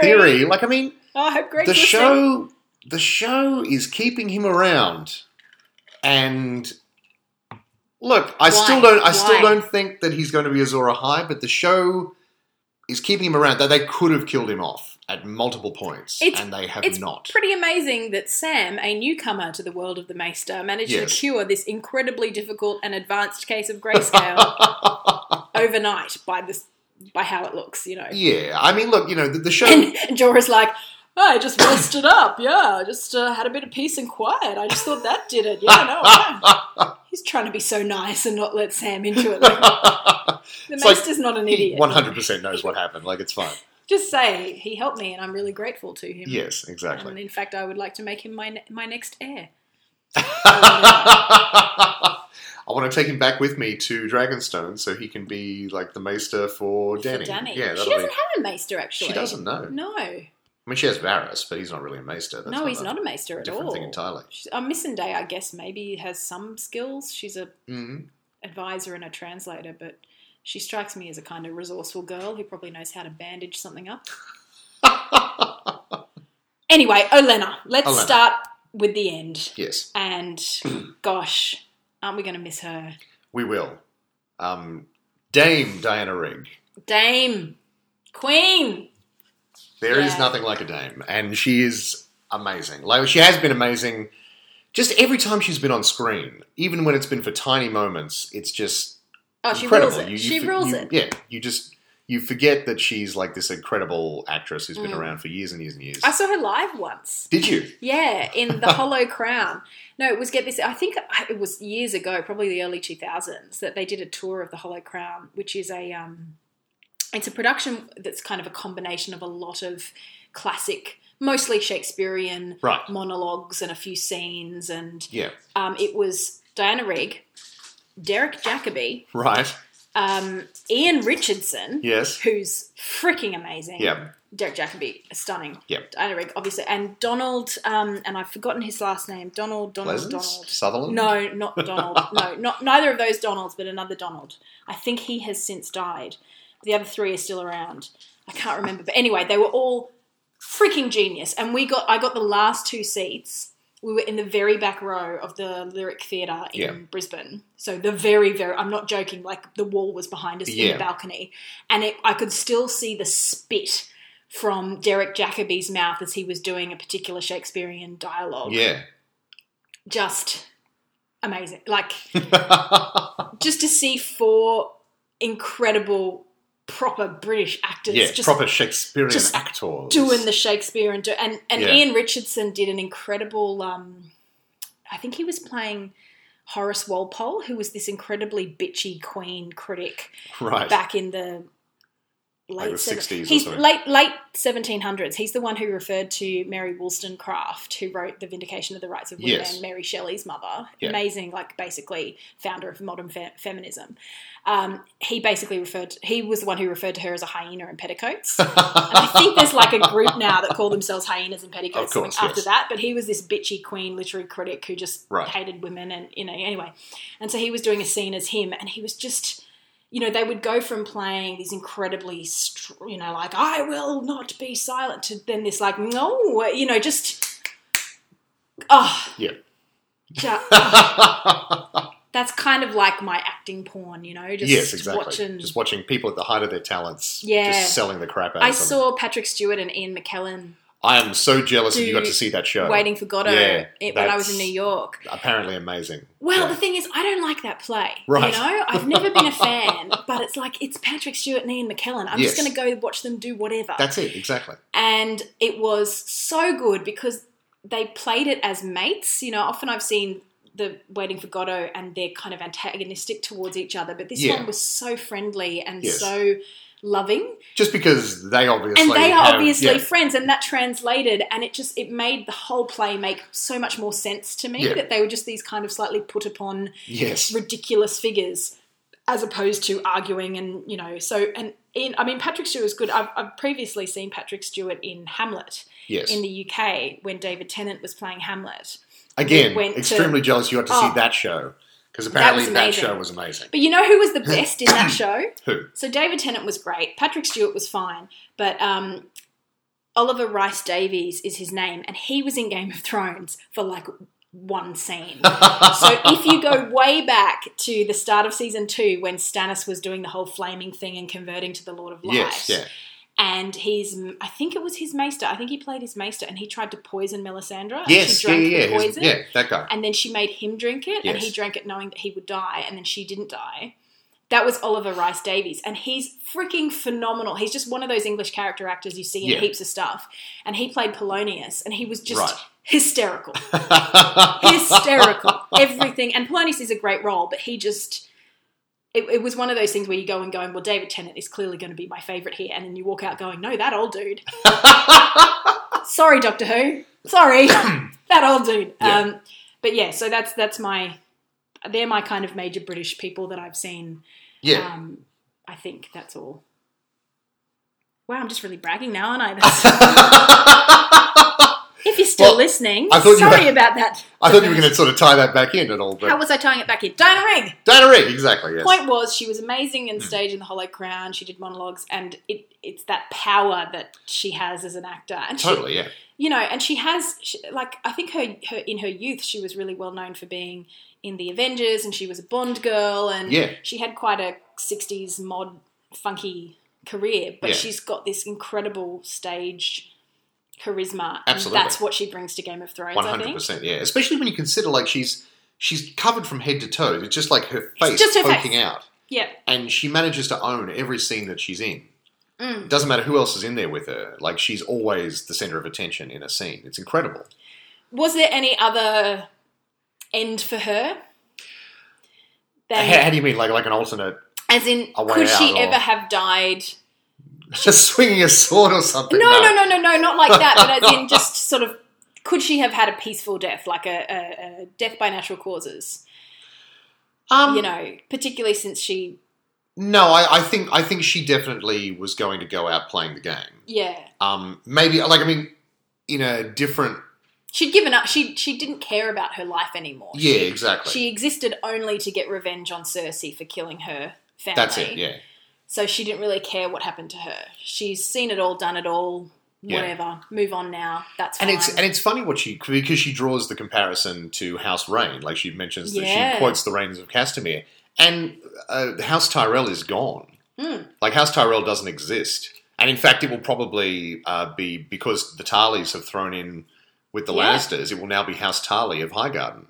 S1: theory.
S2: theory. Like, I mean,
S1: Oh, I hope Greg's
S2: the
S1: listening.
S2: show the show is keeping him around and look i
S1: Why?
S2: still don't i still
S1: Why?
S2: don't think that he's going to be azora high but the show is keeping him around that they could have killed him off at multiple points
S1: It's-
S2: and they have
S1: it's
S2: not
S1: Pretty amazing that Sam, a newcomer to the world of the Maester, managed
S2: Yes.
S1: to cure this incredibly difficult and advanced case of
S2: (laughs)
S1: grayscale overnight by this by how it looks, you know.
S2: yeah i mean look you know the, (laughs) the show
S1: And Jorah's like, oh, I just rested up. Yeah, I just uh, had a bit of peace and quiet. I just thought that did it. Yeah, no.
S2: (laughs)
S1: no." He's trying to be so nice and not let Sam into it. Like, the
S2: (laughs) It's like-
S1: Maester's not (laughs) an
S2: he
S1: idiot.
S2: 100% knows what happened like it's fine
S1: Just say he helped me, and I'm really grateful to him.
S2: yes
S1: And
S2: exactly
S1: in fact, I would like to make him my ne- my next heir.
S2: I want to take him back with me to Dragonstone so he can be like the maester for Danny.
S1: For Danny.
S2: Yeah, that'll
S1: she doesn't
S2: be.
S1: have a maester actually.
S2: She doesn't know.
S1: No,
S2: I mean, she has Varys, but he's not really a maester. That's
S1: no, he's
S2: a
S1: not a maester at
S2: different
S1: all.
S2: thing entirely.
S1: She's, uh, Missandei, I guess, maybe has some skills. She's a
S2: hmm
S1: advisor and a translator, but she strikes me as a kind of resourceful girl who probably knows how to bandage something up. anyway, Olena, let's
S2: Olenna.
S1: start with the end.
S2: (laughs) Yes, (clears throat)
S1: And gosh, aren't we going to miss her?
S2: we will. Um, Dame Diana Rigg.
S1: Dame, Queen.
S2: There is
S1: Yeah.
S2: nothing like a dame, and she is amazing. Like she has been amazing. Just every time she's been on screen, even when it's been for tiny moments, it's just
S1: Oh, she
S2: incredible.
S1: rules it.
S2: You- you
S1: she
S2: for-
S1: rules
S2: you- (laughs)
S1: it.
S2: Yeah, you just you forget that she's like this incredible actress who's been
S1: Mm.
S2: around for years and years and years.
S1: I saw her live once.
S2: Did you?
S1: Yeah, in the Hollow Crown. No, it was get this. I think it was years ago, probably the early two thousands, that they did a tour of the Hollow Crown, which is a um, it's a production that's kind of a combination of a lot of classic, mostly Shakespearean
S2: Right.
S1: monologues and a few scenes, and
S2: Yeah.
S1: um, it was Diana Rigg, Derek Jacobi,
S2: Right.
S1: um, Ian Richardson,
S2: Yes.
S1: who's freaking amazing.
S2: Yeah.
S1: Derek Jacobi, stunning.
S2: Yep.
S1: Diana Rigg, obviously, and Donald. Um, and I've forgotten his last name. Donald. Donald.
S2: Pleasance?
S1: Donald.
S2: Sutherland?
S1: No, not Donald. no, not neither of those Donalds, but another Donald. I think he has since died. The other three are still around. I can't remember, but anyway, they were all freaking genius. And we got, I got the last two seats. We were in the very back row of the Lyric Theatre in
S2: Yeah.
S1: Brisbane. So the very, very, I'm not joking. Like the wall was behind us in
S2: Yeah.
S1: the balcony, and it, I could still see the spit from Derek Jacobi's mouth as he was doing a particular Shakespearean dialogue.
S2: Yeah. (laughs)
S1: Just amazing. Like just to see four incredible proper British actors
S2: yeah,
S1: just
S2: proper Shakespearean
S1: just
S2: actors.
S1: doing the Shakespeare and do, and, and
S2: Yeah.
S1: Ian Richardson did an incredible um I think he was playing Horace
S2: (laughs)
S1: Walpole, who was this incredibly bitchy Queen critic
S2: right.
S1: back in the late
S2: the
S1: seven-
S2: 60s or
S1: He's
S2: something.
S1: late late seventeen hundreds. He's the one who referred to Mary Wollstonecraft, who wrote *The Vindication of the Rights of Women*,
S2: Yes.
S1: Mary Shelley's mother.
S2: Yeah.
S1: Amazing, like basically founder of modern fe- feminism. Um, he basically referred. he was the one who referred to her as a hyena in petticoats. and I think there's like a group now that call themselves hyenas in petticoats
S2: Of course,
S1: something after
S2: yes.
S1: that. But he was this bitchy queen literary critic who just
S2: Right.
S1: hated women, and you know, anyway. And so he was doing a scene as him, and he was just you know, they would go from playing these incredibly, str- you know, like, I will not be silent, to then this, like, no, you know, just, oh.
S2: Yeah.
S1: that's kind of like my acting porn, you know, (laughs) just
S2: yes, exactly.
S1: watching.
S2: Just watching people at the height of their talents,
S1: Yeah.
S2: just selling the crap out.
S1: I
S2: of them.
S1: saw Patrick Stewart and Ian McKellen
S2: I am so jealous that you got
S1: Do-
S2: to see that show.
S1: waiting for Godot
S2: Yeah,
S1: it- when I was in
S2: that's-
S1: New York.
S2: Apparently amazing.
S1: Well,
S2: Yeah.
S1: the thing is, I don't like that play.
S2: Right.
S1: You know, I've never
S2: (laughs)
S1: been a fan, but it's like it's Patrick Stewart and Ian McKellen. I'm just
S2: Yes.
S1: going to go watch them do whatever.
S2: That's it, exactly.
S1: and it was so good because they played it as mates. You know, often I've seen the Waiting for Godot and they're kind of antagonistic towards each other, but this
S2: Yeah.
S1: one was so friendly and
S2: Yes.
S1: so loving,
S2: Just because they obviously
S1: and they are
S2: have-
S1: obviously
S2: yeah,
S1: friends, and that translated, and it just it made the whole play make so much more sense to me
S2: Yeah.
S1: that they were just these kind of slightly put upon
S2: yes,
S1: ridiculous figures as opposed to arguing and you know so and in i mean patrick stewart's good I've, I've previously seen patrick stewart in hamlet
S2: yes.
S1: in the uk when david tennant was playing hamlet
S2: Again,
S1: we went to-
S2: extremely jealous you got to
S1: Oh.
S2: see that show because apparently
S1: was
S2: that,
S1: amazing.
S2: show was amazing.
S1: but you know who was the best in
S2: (clears throat)
S1: that show
S2: Who?
S1: so david tennant was great patrick stewart was fine but um Oliver Rice Davies is his name, and he was in Game of Thrones for like one scene. so if you
S2: (laughs)
S1: go way back to the start of season two when Stannis was doing the whole flaming thing and converting to the Lord of Light,
S2: yes, yeah,
S1: and he's I think it was his maester. I think he played his maester, and he tried to poison Melisandre. and
S2: yes,
S1: she
S2: yeah,
S1: drank
S2: yeah,
S1: the
S2: yeah, his-
S1: poison,
S2: yeah, that guy.
S1: and then she made him drink it, and
S2: Yes.
S1: he drank it knowing that he would die, and then she didn't die. That was Oliver Rice Davies, and he's freaking phenomenal. He's just one of those English character actors you see in
S2: Yeah.
S1: heaps of stuff, and he played Polonius, and he was just
S2: Right.
S1: hysterical (laughs) hysterical. Everything. And Polonius is a great role, but he just. It, it was one of those things where you go and going, well, David Tennant is clearly going to be my favourite here. And then you walk out going, no, that old dude. Sorry, Doctor Who. Sorry. that old dude.
S2: Yeah.
S1: Um, but yeah, so that's that's my. They're my kind of major British people that I've seen.
S2: (laughs) yeah,
S1: Um, I think that's all. Wow, I'm just really bragging now, aren't I? That's- if you're still
S2: Well,
S1: listening,
S2: I thought you
S1: sorry
S2: were-
S1: about that.
S2: I thought you were going to sort of tie that back in and all, but
S1: How was I tying it back in? Diana Rigg.
S2: Dana Rigg, exactly. Yes. Hmm.
S1: Point was, she was amazing in stage in The Hollow Crown. She did monologues, and it, it's that power that she has as an actor. And she,
S2: Totally, yeah.
S1: you know, and she has she, like I think her, her in her youth she was really well known for being in the Avengers, and she was a Bond girl, and
S2: Yeah.
S1: she had quite a '60s mod funky career. But
S2: Yeah.
S1: she's got this incredible stage charisma,
S2: Absolutely.
S1: and that's what she brings to Game of Thrones.
S2: One
S1: I
S2: hundred
S1: think.
S2: percent, yeah. Especially when you consider like she's she's covered from head to toe. It's just like her face
S1: just her
S2: poking
S1: face.
S2: out,
S1: Yeah.
S2: and she manages to own every scene that she's in.
S1: Mm.
S2: It doesn't matter who else is in there with her. Like she's always the center of attention in a scene. It's incredible.
S1: Was there any other end for her?
S2: how, how
S1: Than,
S2: do you mean, like like an alternate (laughs)
S1: as in,
S2: A way
S1: could she
S2: out, or-
S1: ever have died?
S2: just swinging a sword or something?
S1: No, no, no, no, no, not like that. But as in, just sort of, could she have had a peaceful death, like a, a, a death by natural causes?
S2: Um,
S1: you know, particularly since she,
S2: no. I, I think I think she definitely was going to go out playing the game.
S1: yeah,
S2: Um, maybe like I mean, in a different.
S1: she'd given up. She she didn't care about her life anymore.
S2: Yeah, exactly.
S1: She existed only to get revenge on Cersei for killing her family.
S2: That's it. Yeah.
S1: So she didn't really care what happened to her. She's seen it all, done it all,
S2: Yeah.
S1: whatever. Move on now. That's
S2: And
S1: fine.
S2: it's and it's funny what she because she draws the comparison to House Rain, like she mentions that
S1: Yeah.
S2: she quotes the reigns of Castamere, and uh, House Tyrell is gone.
S1: Hmm.
S2: Like House Tyrell doesn't exist, and in fact, it will probably uh, be because the Tarleys have thrown in with the
S1: Yeah.
S2: Lannisters. It will now be House Tarley of Highgarden.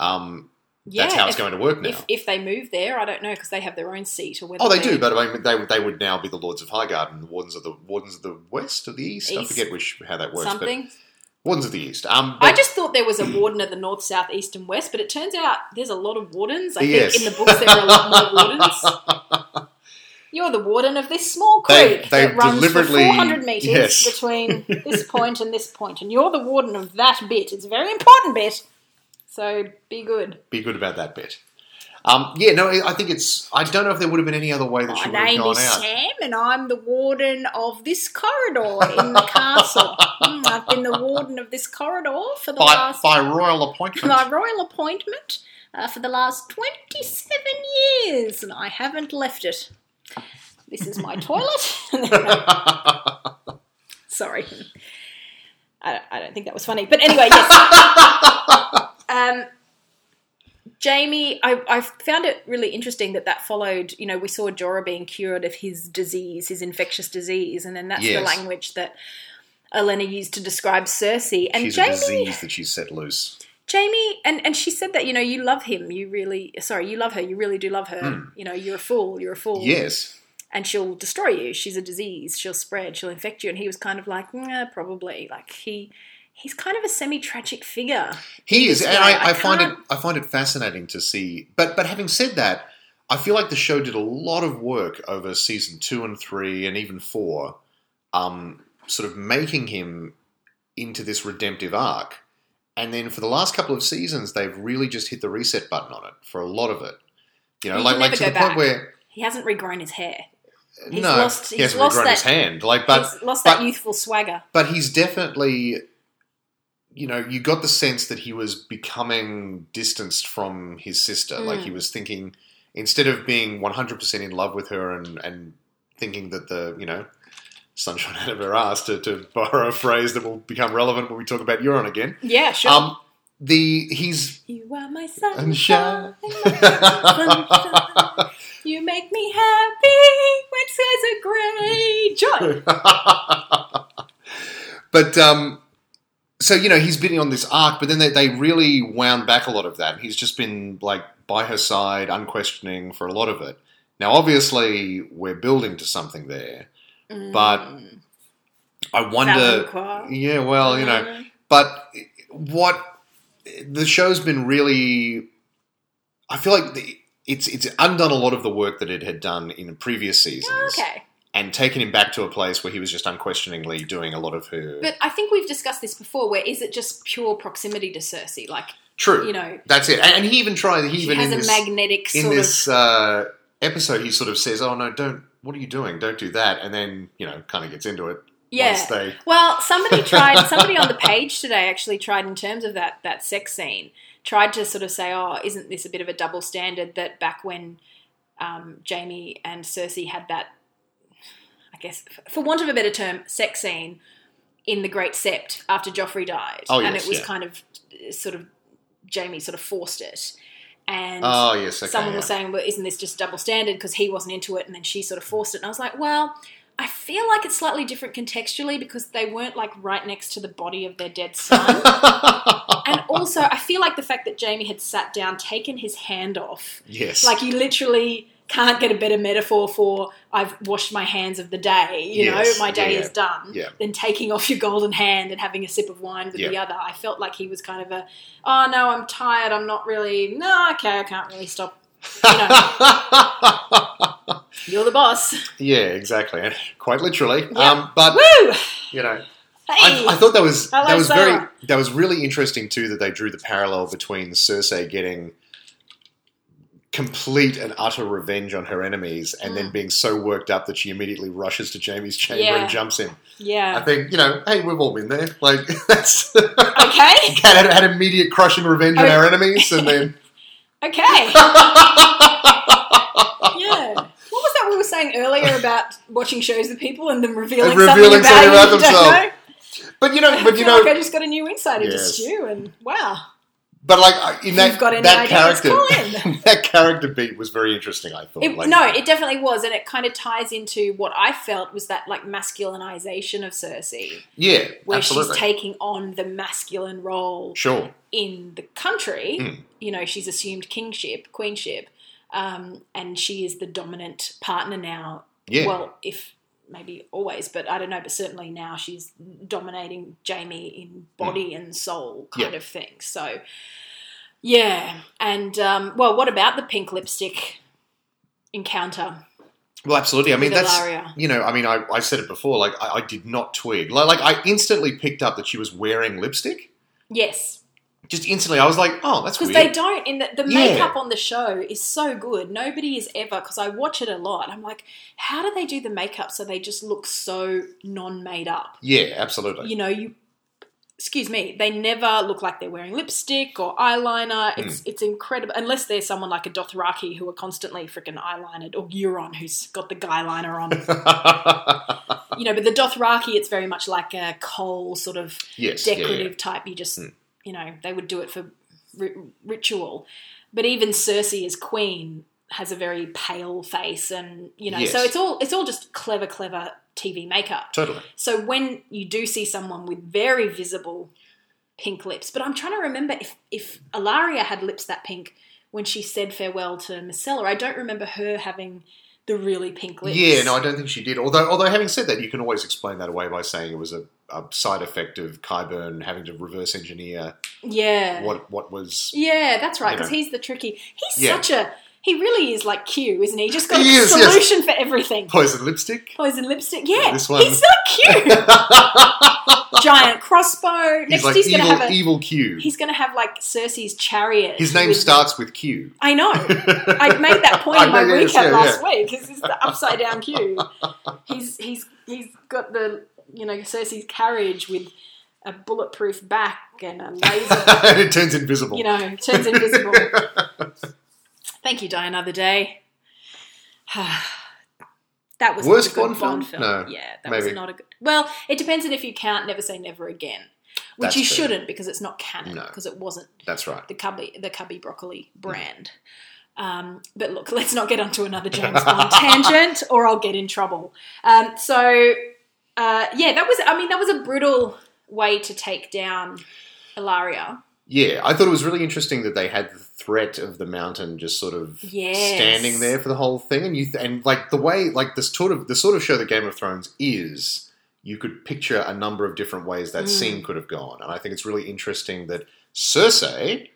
S2: Um,
S1: yeah,
S2: that's how it's
S1: if,
S2: going to work now.
S1: If, if they move there, I don't know because they have their own seat or whether
S2: oh, they
S1: they're
S2: do, but I mean, they would- they would now be the Lords of Highgarden, the Wardens of the Wardens of the West or the East. I
S1: East.
S2: forget which how that works,
S1: something.
S2: but Wardens of the East. Um,
S1: I
S2: but-
S1: just thought there was a warden of the north, south, east, and west, but it turns out there's a lot of wardens. I
S2: Yes. (laughs)
S1: think in the books there are a lot more wardens. You're the warden of this small
S2: They-
S1: creek
S2: they
S1: that runs for
S2: deliberately-
S1: 400 metres
S2: yes. (laughs)
S1: between this point and this point, and you're the warden of that bit. It's a very important bit, so be good.
S2: Be good about that bit. Um, yeah, no, I think it's. I don't know if there would have been any other way that she
S1: My
S2: would have
S1: name
S2: gone
S1: is
S2: out.
S1: Sam, and I'm the warden of this corridor in the (laughs) castle. Mm, I've been the warden of this corridor for the
S2: By,
S1: last
S2: by royal appointment. (laughs)
S1: my royal appointment uh, for the last 27 years, and I haven't left it. This is my toilet. (laughs) Sorry. I don't, I don't think that was funny. But anyway, yes.
S2: (laughs)
S1: um, Jamie, I, I found it really interesting that that followed. You know, we saw Jorah being cured of his disease, his infectious disease, and then that's the
S2: Yes.
S1: language that Elena used to describe Cersei. And
S2: she's a
S1: Jamie
S2: disease that she's set loose.
S1: Jamie and and she said that you know you love him you really sorry you love her you really do love her
S2: Hmm.
S1: you know you're a fool you're a fool
S2: Yes.
S1: and she'll destroy you she's a disease she'll spread she'll infect you and he was kind of like nah, probably like he he's kind of a semi tragic figure
S2: He is, and
S1: Yeah,
S2: I,
S1: I
S2: I find it
S1: can't-
S2: I find it fascinating to see. But but having said that, I feel like the show did a lot of work over season two and three and even four, um, sort of making him into this redemptive arc. And then for the last couple of seasons, they've really just hit the reset button on it for a lot of it. You know,
S1: You
S2: like
S1: can
S2: like
S1: never
S2: to
S1: go
S2: the
S1: back.
S2: point where
S1: he hasn't regrown his hair He's
S2: no,
S1: lost-
S2: he
S1: he's
S2: hasn't
S1: lost
S2: regrown his
S1: that-
S2: hand. Like, but
S1: he's lost
S2: but-
S1: that youthful swagger
S2: but he's definitely you know you got the sense that he was becoming distanced from his sister like
S1: Mm.
S2: he was thinking instead of being 100% in love with her and and thinking that the you know sunshine (laughs) out of her ass to, to borrow a phrase that will become relevant when we talk about Euron again
S1: yeah sure
S2: um the he's
S1: you are my
S2: and
S1: sunshine
S2: shy. (laughs)
S1: sunshine. you make me happy when skies are grey joy
S2: (laughs) but um, so you know he's been on this arc, but then they, they really wound back a lot of that. He's just been like by her side, unquestioning for a lot of it. Now, obviously, we're building to something there. But
S1: Mm.
S2: I
S1: Fallon
S2: wonder.
S1: Qua.
S2: Yeah, well, you know,
S1: Mm.
S2: but what the show's been really I feel like the, it's it's undone a lot of the work that it had done in previous seasons
S1: Oh, Okay.
S2: and taken him back to a place where he was just unquestioningly doing a lot of her
S1: But I think we've discussed this before where is it just pure proximity to Cersei? Like,
S2: True.
S1: you know,
S2: That's it. And, and he even tried. He
S1: she
S2: even
S1: has
S2: in
S1: a
S2: this,
S1: magnetic
S2: in
S1: sort
S2: this
S1: of.
S2: uh, episode, he sort of says, "Oh no, don't. What are you doing? Don't do that." And then you know, kind of gets into it.
S1: Yeah.
S2: Once they,
S1: Well,
S2: (laughs)
S1: somebody tried, somebody on the page today actually tried, in terms of that, that sex scene, tried to sort of say, oh, isn't this a bit of a double standard that back when um, Jamie and Cersei had that, I guess, f- for want of a better term, sex scene in the Great Sept after Joffrey died.
S2: Oh,
S1: and
S2: yes,
S1: it was
S2: yeah.
S1: kind of uh, sort of, Jamie sort of forced it. And
S2: oh yes, okay,
S1: someone
S2: yeah.
S1: was
S2: (laughs)
S1: saying, well, isn't this just double standard because he wasn't into it and then she sort of forced it? And I was like, well, I feel like it's slightly different contextually because they weren't like right next to the body of their dead
S2: (laughs)
S1: son. and also, I feel like the fact that Jamie had sat down, taken his hand off,
S2: yes,
S1: like you literally can't get a better metaphor for I've washed my hands of the day, you
S2: Yes,
S1: know, my day
S2: yeah,
S1: is done,
S2: yeah.
S1: than taking off your golden hand and having a sip of wine with
S2: Yeah.
S1: the other. I felt like he was kind of a, oh no, I'm tired, I'm not really, no, okay, I can't really stop. You know, you're the boss.
S2: (laughs) yeah, exactly, and quite literally.
S1: Yeah.
S2: Um, but
S1: Woo!
S2: you know,
S1: Hey!
S2: I, I thought that was
S1: I like
S2: that was very
S1: Sarah.
S2: that was really interesting too that they drew the parallel between Cersei getting complete and utter revenge on her enemies and then being so worked up that she immediately rushes to Jamie's chamber
S1: Mm. Yeah.
S2: and jumps him. I
S1: yeah.
S2: think you know, hey, we've all been there. Like (laughs) that's
S1: Okay.
S2: had, had immediate crushing revenge on
S1: Oh.
S2: our enemies
S1: (laughs)
S2: and then
S1: Okay. yeah.
S2: (laughs)
S1: What was that we were saying earlier about watching shows with people and them revealing,
S2: And
S1: something
S2: revealing
S1: about,
S2: something
S1: you
S2: about
S1: you
S2: themselves. but you know,
S1: Don't know?
S2: but
S1: I
S2: you
S1: feel
S2: know,
S1: like I just got a new insight into
S2: Yes.
S1: Stu, and wow,
S2: but like I- in that
S1: you've got any
S2: that
S1: ideas?
S2: character
S1: Call in.
S2: (laughs) that character beat was very interesting. I thought.
S1: It,
S2: like,
S1: no, it definitely was, and it kind of ties into what I felt was that like masculinization of Cersei,
S2: yeah,
S1: where
S2: absolutely,
S1: she's taking on the masculine role
S2: sure.
S1: in the country,
S2: Mm.
S1: you know, she's assumed kingship, queenship, um, and she is the dominant partner now.
S2: Yeah.
S1: Well, if maybe always, but I don't know, but certainly now she's dominating Jamie in body and soul kind
S2: Mm. Yeah.
S1: of thing. So, yeah. And, um, well, what about the pink lipstick encounter?
S2: Well, absolutely. I mean,
S1: with
S2: that's
S1: Ilaria.
S2: you know, I mean, I, I said it before. Like, I, I did not twig. Like, like, I instantly picked up that she was wearing lipstick.
S1: Yes,
S2: Just instantly, I was like, oh, that's
S1: because
S2: weird.
S1: they don't. In the, the
S2: Yeah.
S1: makeup on the show is so good. Nobody is ever because I watch it a lot. I'm like, how do they do the makeup so they just look so non-made up?
S2: yeah, absolutely.
S1: you know you excuse me they never look like they're wearing lipstick or eyeliner
S2: Mm.
S1: it's it's incredible unless they're someone like a dothraki who are constantly freaking eyelinered or euron who's got the guy liner on
S2: (laughs)
S1: you know but the dothraki it's very much like a coal sort of
S2: yes. yeah, Mm. yeah.
S1: decorative type you just you know they would do it for ri- ritual but even cersei as queen has a very pale face and you know so
S2: Yes.
S1: it's all it's all just clever clever tv makeup
S2: Totally.
S1: so when you do see someone with very visible pink lips, but I'm trying to remember if if Alaria had lips that pink when she said farewell to Marcella. I don't remember her having the really pink lips.
S2: Yeah, no, I don't think she did. Although, although having said that, you can always explain that away by saying it was a, a side effect of Kyburn having to reverse engineer
S1: yeah,
S2: what what was.
S1: yeah, that's right.
S2: You
S1: Because
S2: know.
S1: he's the tricky. He's
S2: Yeah.
S1: such a. He really is like Q, isn't he? He's Just got
S2: He
S1: a
S2: is, yes.
S1: solution for everything.
S2: Poison lipstick.
S1: Poison lipstick. Yeah,
S2: This one.
S1: he's not
S2: (laughs)
S1: cute. Giant crossbow.
S2: He's
S1: Next,
S2: like
S1: he's
S2: evil,
S1: gonna have a.
S2: evil Q.
S1: He's gonna have like Cersei's chariot.
S2: His name
S1: with-
S2: starts with Q.
S1: I know. I made that point in my
S2: I know, yes,
S1: recap
S2: yeah,
S1: last week. This is the upside down cue. He's he's he's got the you know Cersei's carriage with a bulletproof back and a laser.
S2: (laughs) and it turns invisible.
S1: you know, turns
S2: (laughs)
S1: invisible. Thank you, Die Another Day. (sighs) that was
S2: Worst
S1: not a good
S2: Bond film? No,
S1: yeah, that was
S2: maybe.
S1: not a good. Well, it depends on if you count Never Say Never Again, which
S2: That's
S1: you
S2: fair.
S1: shouldn't because it's not canon
S2: No.
S1: because it wasn't
S2: That's right.
S1: the cubby the cubby broccoli
S2: Mm.
S1: brand. Um, but look, let's not get onto
S2: (laughs)
S1: another James Bond tangent, or I'll get in trouble. Um, so uh, yeah, that was I mean that was a brutal way to take down Ilaria.
S2: Yeah, I thought it was really interesting that they had the threat of the mountain just sort of
S1: Yes.
S2: standing there for the whole thing, and you th- and like the way like this sort of the sort of show that Game of Thrones is, you could picture a number of different ways that
S1: Mm.
S2: scene could have gone, and I think it's really interesting that Cersei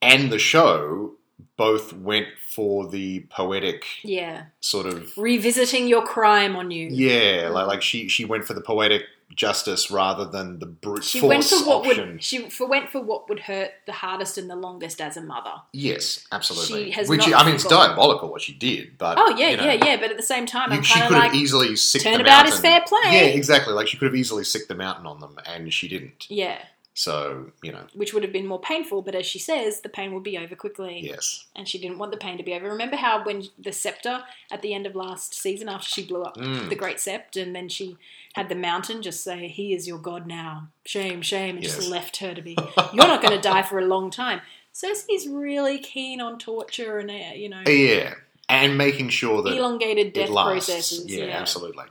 S2: and the show both went for the poetic
S1: Yeah,
S2: sort of
S1: revisiting your crime on you.
S2: yeah, like like she she went for the poetic justice rather than the brute
S1: She
S2: force
S1: went for what
S2: option.
S1: would she for, went for what would hurt the hardest and the longest as a mother.
S2: Yes, absolutely.
S1: She has
S2: Which
S1: not
S2: I mean, it's
S1: forgotten.
S2: diabolical what she did, but
S1: Oh yeah,
S2: Uh, you know,
S1: yeah, yeah. But at the same time,
S2: you-
S1: I'm
S2: she
S1: kind
S2: could
S1: of
S2: have
S1: like
S2: easily sicked the
S1: turnabout is
S2: mountain.
S1: fair play.
S2: Yeah, exactly. Like she could have easily sicked the mountain on them, and she didn't.
S1: yeah,
S2: So you know,
S1: which would have been more painful. But as she says, the pain will be over quickly.
S2: yes,
S1: and she didn't want the pain to be over. Remember how when the scepter at the end of last season, after she blew up
S2: Mm.
S1: the great sept, and then she had the mountain just say, "He is your god now." Shame, shame, and
S2: Yes.
S1: just left her to
S2: (laughs)
S1: be. You're not going to die for a long time. Cersei's really keen on torture and uh, you know
S2: yeah, and making sure that
S1: elongated death
S2: it lasts.
S1: processes.
S2: yeah, absolutely.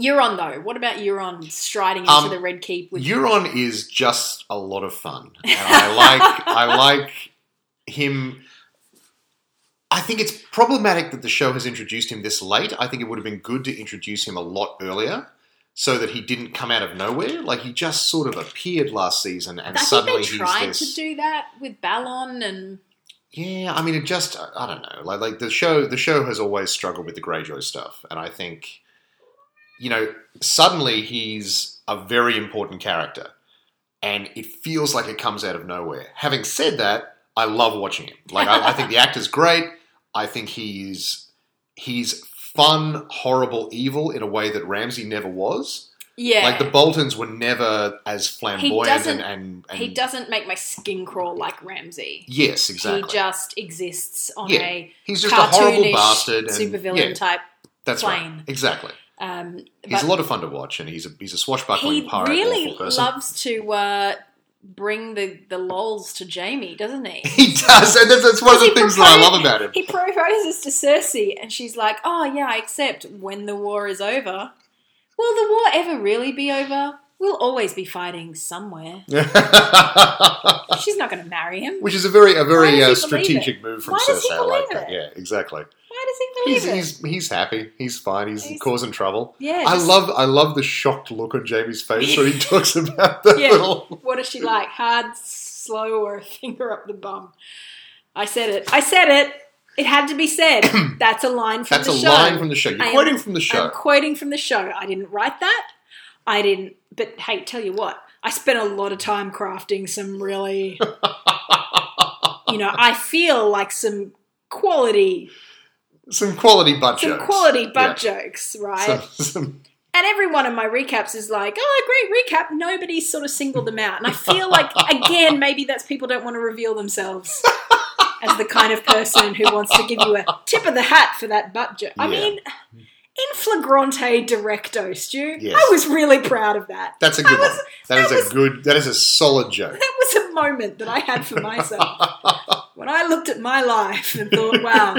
S1: Euron though, what about Euron striding into
S2: Um,
S1: the Red Keep with?
S2: Euron is just a lot of fun, and I like I
S1: (laughs)
S2: like him. I think it's problematic that the show has introduced him this late. I think it would have been good to introduce him a lot earlier, so that he didn't come out of nowhere. Like he just sort of appeared last season, and
S1: I think
S2: suddenly
S1: they tried
S2: he's this.
S1: to do that with Balon and
S2: yeah, I mean, it just I I don't know. Like like the show the show has always struggled with the Greyjoy stuff, and I think you know suddenly he's a very important character, and it feels like it comes out of nowhere. Having said that, I love watching him. Like I, I think
S1: (laughs)
S2: the actor's great. I think he's he's fun, horrible, evil in a way that Ramsey never was.
S1: yeah,
S2: Like the Boltons were never as flamboyant
S1: doesn't-
S2: and, and, and
S1: he doesn't make my skin crawl like Ramsay.
S2: yes, exactly.
S1: He just exists on
S2: Yeah.
S1: a
S2: he's just a horrible
S1: cartoonish
S2: bastard and
S1: supervillain
S2: yeah,
S1: type.
S2: That's
S1: Plain.
S2: right. Exactly.
S1: Um,
S2: He's
S1: but
S2: a lot of fun to watch, and he's a he's a swashbuckling
S1: he
S2: pirate,
S1: really
S2: awful person.
S1: loves to uh, bring the the lols to Jamie, doesn't he? (laughs)
S2: (laughs) he does, and that's, that's one of the
S1: He
S2: things that I
S1: proposed-
S2: love about him.
S1: He proposes to Cersei, and she's like, "Oh yeah, I accept." When the war is over, will the war ever really be over? We'll always be fighting somewhere.
S2: (laughs)
S1: She's not going to marry him.
S2: Which is a very a very
S1: does
S2: uh,
S1: he believe
S2: strategic move from
S1: Why
S2: Cersei.
S1: does he
S2: I like
S1: believe
S2: that.
S1: it?
S2: Yeah, exactly.
S1: Why does he
S2: He's,
S1: believe it?
S2: he's he's happy. He's fine. He's,
S1: He's-
S2: causing trouble.
S1: yeah,
S2: I
S1: just-
S2: love I love the shocked look on Jamie's
S1: (laughs)
S2: face when he talks about the (laughs)
S1: Yeah.
S2: little.
S1: What is she like? Hard, slow, or a finger up the bum? I said it. I said it. It had to be
S2: (clears throat)
S1: said. That's a line from
S2: That's
S1: the
S2: a
S1: show.
S2: line from the show. You're
S1: I am-
S2: quoting from the
S1: I'm
S2: show.
S1: quoting from the show. I didn't write that. I didn't. But hey, tell you what, I spent a lot of time crafting some really, you know, I feel like some quality,
S2: Some quality butt
S1: some
S2: jokes.
S1: quality butt jokes, right?
S2: Some, some,
S1: And every one of my recaps is like, oh, great recap. Nobody sort of singled them out. And I feel like,
S2: (laughs)
S1: again, maybe that's people don't want to reveal themselves as the kind of person who wants to give you a tip of the hat for that butt joke. I
S2: Yeah.
S1: mean, in flagrante directo, Stu,
S2: Yes.
S1: I was really proud of that.
S2: that's a good
S1: was-
S2: one. that is
S1: that was-
S2: a good. That is a solid joke.
S1: That was a moment that I had for myself. when I looked at my life and thought, wow,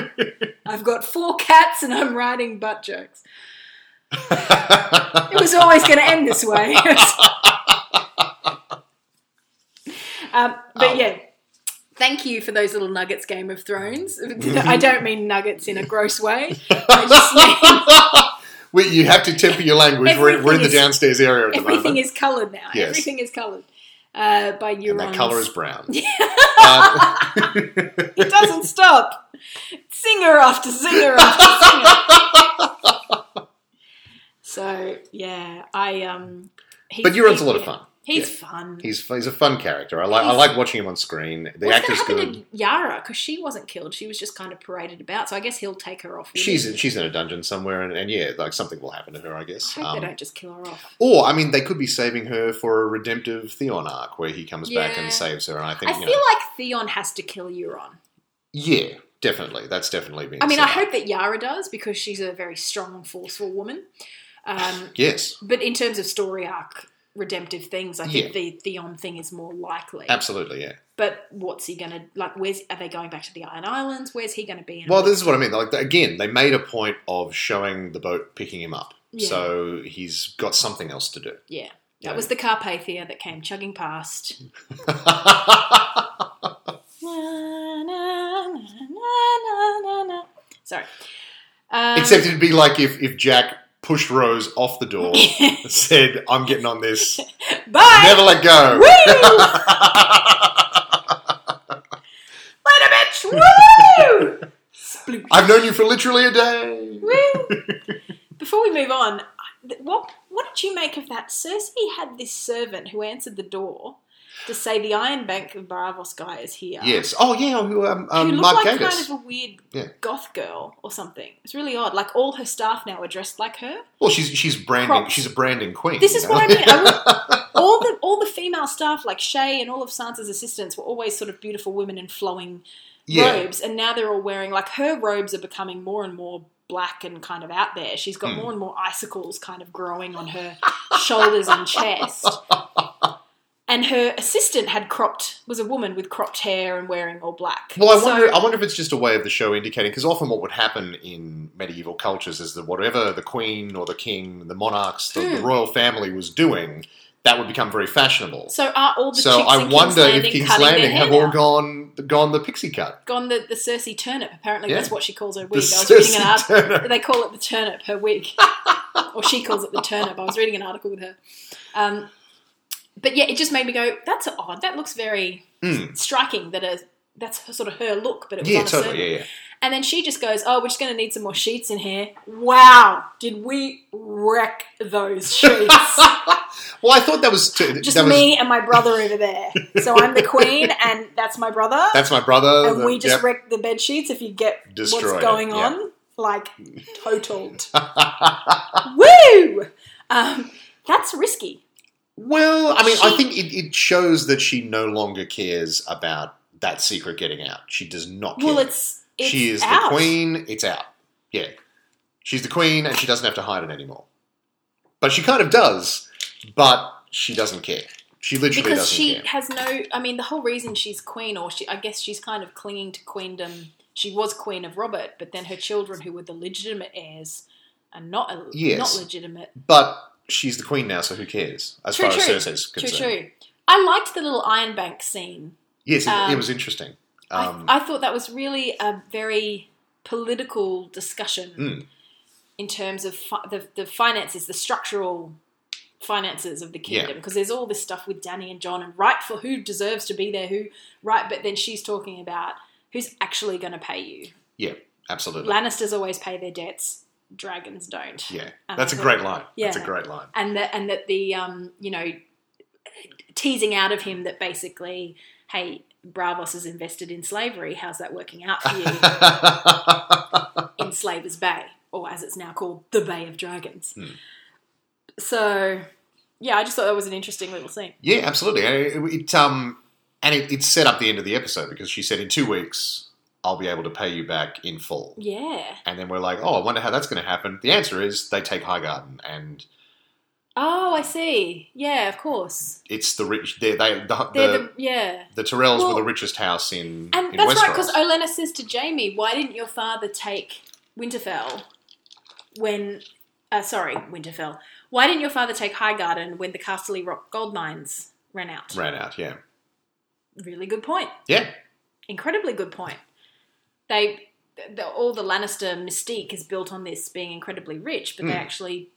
S1: I've got four cats and I'm writing butt jokes. It was always going to end this way. (laughs) um, but
S2: Um.
S1: yeah, thank you for those little nuggets, Game of Thrones. I don't mean nuggets in a gross way.
S2: (laughs)
S1: I just mean
S2: Wait, you have to temper your language. We're, we're in the
S1: Everything is-
S2: downstairs area at the moment.
S1: everything is coloured now.
S2: Yes.
S1: Everything is coloured uh, by Euron's.
S2: and that color
S1: (laughs)
S2: is brown. Uh,
S1: It doesn't stop. Singer after singer after singer.
S2: (laughs)
S1: so yeah, I um. He's,
S2: But Euron's a lot of
S1: yeah,
S2: fun.
S1: He's fun.
S2: he's he's a fun character. I like I
S1: He's-
S2: like watching him on screen. The
S1: What's
S2: actor's
S1: gonna happen
S2: good.
S1: to Yara? Because she wasn't killed; she was just kind of paraded about. So I guess he'll take her off. with
S2: She's
S1: him.
S2: in, she's in a dungeon somewhere, and, and yeah, like something will happen to her, I guess.
S1: I hope
S2: Um,
S1: they don't just kill her off.
S2: or I mean, they could be saving her for a redemptive Theon arc where he comes back
S1: Yeah.
S2: and saves her. And I think
S1: I
S2: you
S1: feel
S2: know,
S1: like Theon has to kill Euron.
S2: yeah, definitely, that's definitely been.
S1: I mean,
S2: set
S1: I
S2: up.
S1: hope that Yara does because she's a very strong and forceful woman. Um,
S2: yes,
S1: but in terms of story arc, redemptive things, I think
S2: Yeah.
S1: the Theon thing is more likely.
S2: absolutely, yeah.
S1: But what's he going to like? Where's are they going back to the Iron Islands? Where's he going to be? In
S2: Well, this is what I mean. Like again, they made a point of showing the boat picking him up,
S1: Yeah.
S2: so he's got something else to do.
S1: yeah,
S2: Yeah.
S1: that was the Carpathia that came chugging past. Na, na, na, na, na, na. Sorry. Um,
S2: (laughs) Except it'd be like if if Jack pushed Rose off the door, said, "I'm getting
S1: (laughs)
S2: on this,
S1: (laughs) bye.
S2: never let go."
S1: Woo! Later, bitch. Woo! Sploosh.
S2: (laughs) I've known you for literally a day.
S1: (laughs) Woo! Before we move on, I- th- what what did you make of that? Cersei had this servant who answered the door to say the Iron Bank of Baravos guy is here.
S2: Yes. Oh yeah. Who? Um,
S1: who
S2: um,
S1: looked
S2: Mark
S1: like
S2: Gatiss.
S1: kind of a weird
S2: Yeah.
S1: goth girl or something. It's really odd. Like all her staff now are dressed like
S2: (laughs)
S1: her.
S2: Well, she's she's branding.
S1: Props.
S2: She's a branding queen.
S1: This is
S2: you know?
S1: what I mean. I would- all the all the female staff, like Shay and all of Sansa's assistants, were always sort of beautiful women in flowing
S2: (laughs) yeah.
S1: robes, and now they're all wearing like her robes are becoming more and more black and kind of out there. She's got
S2: Hmm.
S1: more and more icicles kind of growing on her shoulders and
S2: (laughs)
S1: chest. And her assistant had cropped was a woman with cropped hair and wearing all black.
S2: Well, I
S1: So-
S2: wonder. I wonder if it's just a way of the show indicating because often what would happen in medieval cultures is that whatever the queen or the king, the monarchs, the, the
S1: Hmm.
S2: royal family was doing, that would become very fashionable.
S1: So are all the
S2: So
S1: chicks
S2: I
S1: in
S2: wonder
S1: King's
S2: if
S1: Landing
S2: King's
S1: cutting
S2: Landing
S1: their hair
S2: have all
S1: now?
S2: gone gone the pixie cut.
S1: gone the, the Cersei turnip. Apparently,
S2: Yeah.
S1: that's what she calls her
S2: The
S1: wig. I was
S2: (laughs)
S1: reading an
S2: Cersei
S1: article.
S2: Turner.
S1: They call it the turnip, her
S2: (laughs)
S1: wig, or she calls it the turnip. I was reading an article with her, um, but yeah, it just made me go, "That's odd. That looks very
S2: Mm.
S1: striking. That a that's her, sort of her look, but it was
S2: Yeah,
S1: on a certain-
S2: totally. Yeah, yeah.
S1: And then she just goes, "Oh, we're just going to need some more sheets in here." Wow, did we wreck those
S2: (laughs)
S1: sheets?
S2: Well, I thought that was to,
S1: just
S2: that was,
S1: me and my brother over there. So I'm the queen, and that's my
S2: (laughs)
S1: brother.
S2: That's my brother.
S1: and
S2: the-
S1: we just
S2: yep.
S1: wrecked the bed sheets if you get
S2: Destroyed
S1: what's going
S2: it, yeah.
S1: on like
S2: (laughs)
S1: totaled woo um, that's risky
S2: well, I mean, I
S1: She-
S2: think it, it shows that she no longer cares about that secret getting out. She does not. Care.
S1: well it's, it's
S2: she is
S1: out.
S2: the queen. It's out. Yeah, she's the queen, and she doesn't have to hide it anymore. But she kind of does. But she doesn't care. She literally
S1: because
S2: doesn't
S1: she
S2: care.
S1: has no i mean the whole reason she's queen or she i guess she's kind of clinging to queendom she was queen of robert but then her children who were the legitimate heirs are not
S2: Yes.
S1: not legitimate
S2: But she's the queen now, so who cares? As
S1: True,
S2: far
S1: true.
S2: as Cersei's
S1: true
S2: concerned,
S1: true i liked the little iron bank scene
S2: yes, it,
S1: Um,
S2: it was interesting. Um,
S1: I, I thought that was really a very political discussion
S2: Mm.
S1: in terms of fi- the, the finances, the structural finances of the
S2: Yeah.
S1: kingdom, because there's all this stuff with Danny and John and right for who deserves to be there, who right, but then she's talking about who's actually going to pay you.
S2: Absolutely.
S1: Lannisters always pay their debts. Dragons don't.
S2: yeah.
S1: Um,
S2: That's a
S1: so-
S2: great line. That's a
S1: Yeah.
S2: great line. (laughs)
S1: and that and that the um you know teasing out of him that basically hey bravos is invested in slavery how's that working out for
S2: (laughs)
S1: you in slavers bay or as it's now called the bay of dragons
S2: Hmm.
S1: so yeah i just thought that was an interesting little scene
S2: yeah, absolutely. And it, it, um, and it, it set up the end of the episode because she said, in two weeks, I'll be able to pay you back in full.
S1: yeah
S2: And then we're like, oh, I wonder how that's going to happen. The answer is they take Highgarden, and
S1: oh i see yeah of course
S2: it's the rich. They, they the,
S1: they're the,
S2: the,
S1: yeah
S2: the Tyrells
S1: Well-
S2: were the richest house in
S1: and
S2: in
S1: that's
S2: Westeros.
S1: right because olena says to jamie why didn't your father take winterfell when uh, sorry, Winterfell. Why didn't your father take Highgarden when the Casterly Rock gold mines ran out?
S2: ran out. Yeah,
S1: Really good point.
S2: yeah,
S1: Incredibly good point. They, the, all the Lannister mystique is built on this being incredibly rich, but they
S2: Hmm.
S1: actually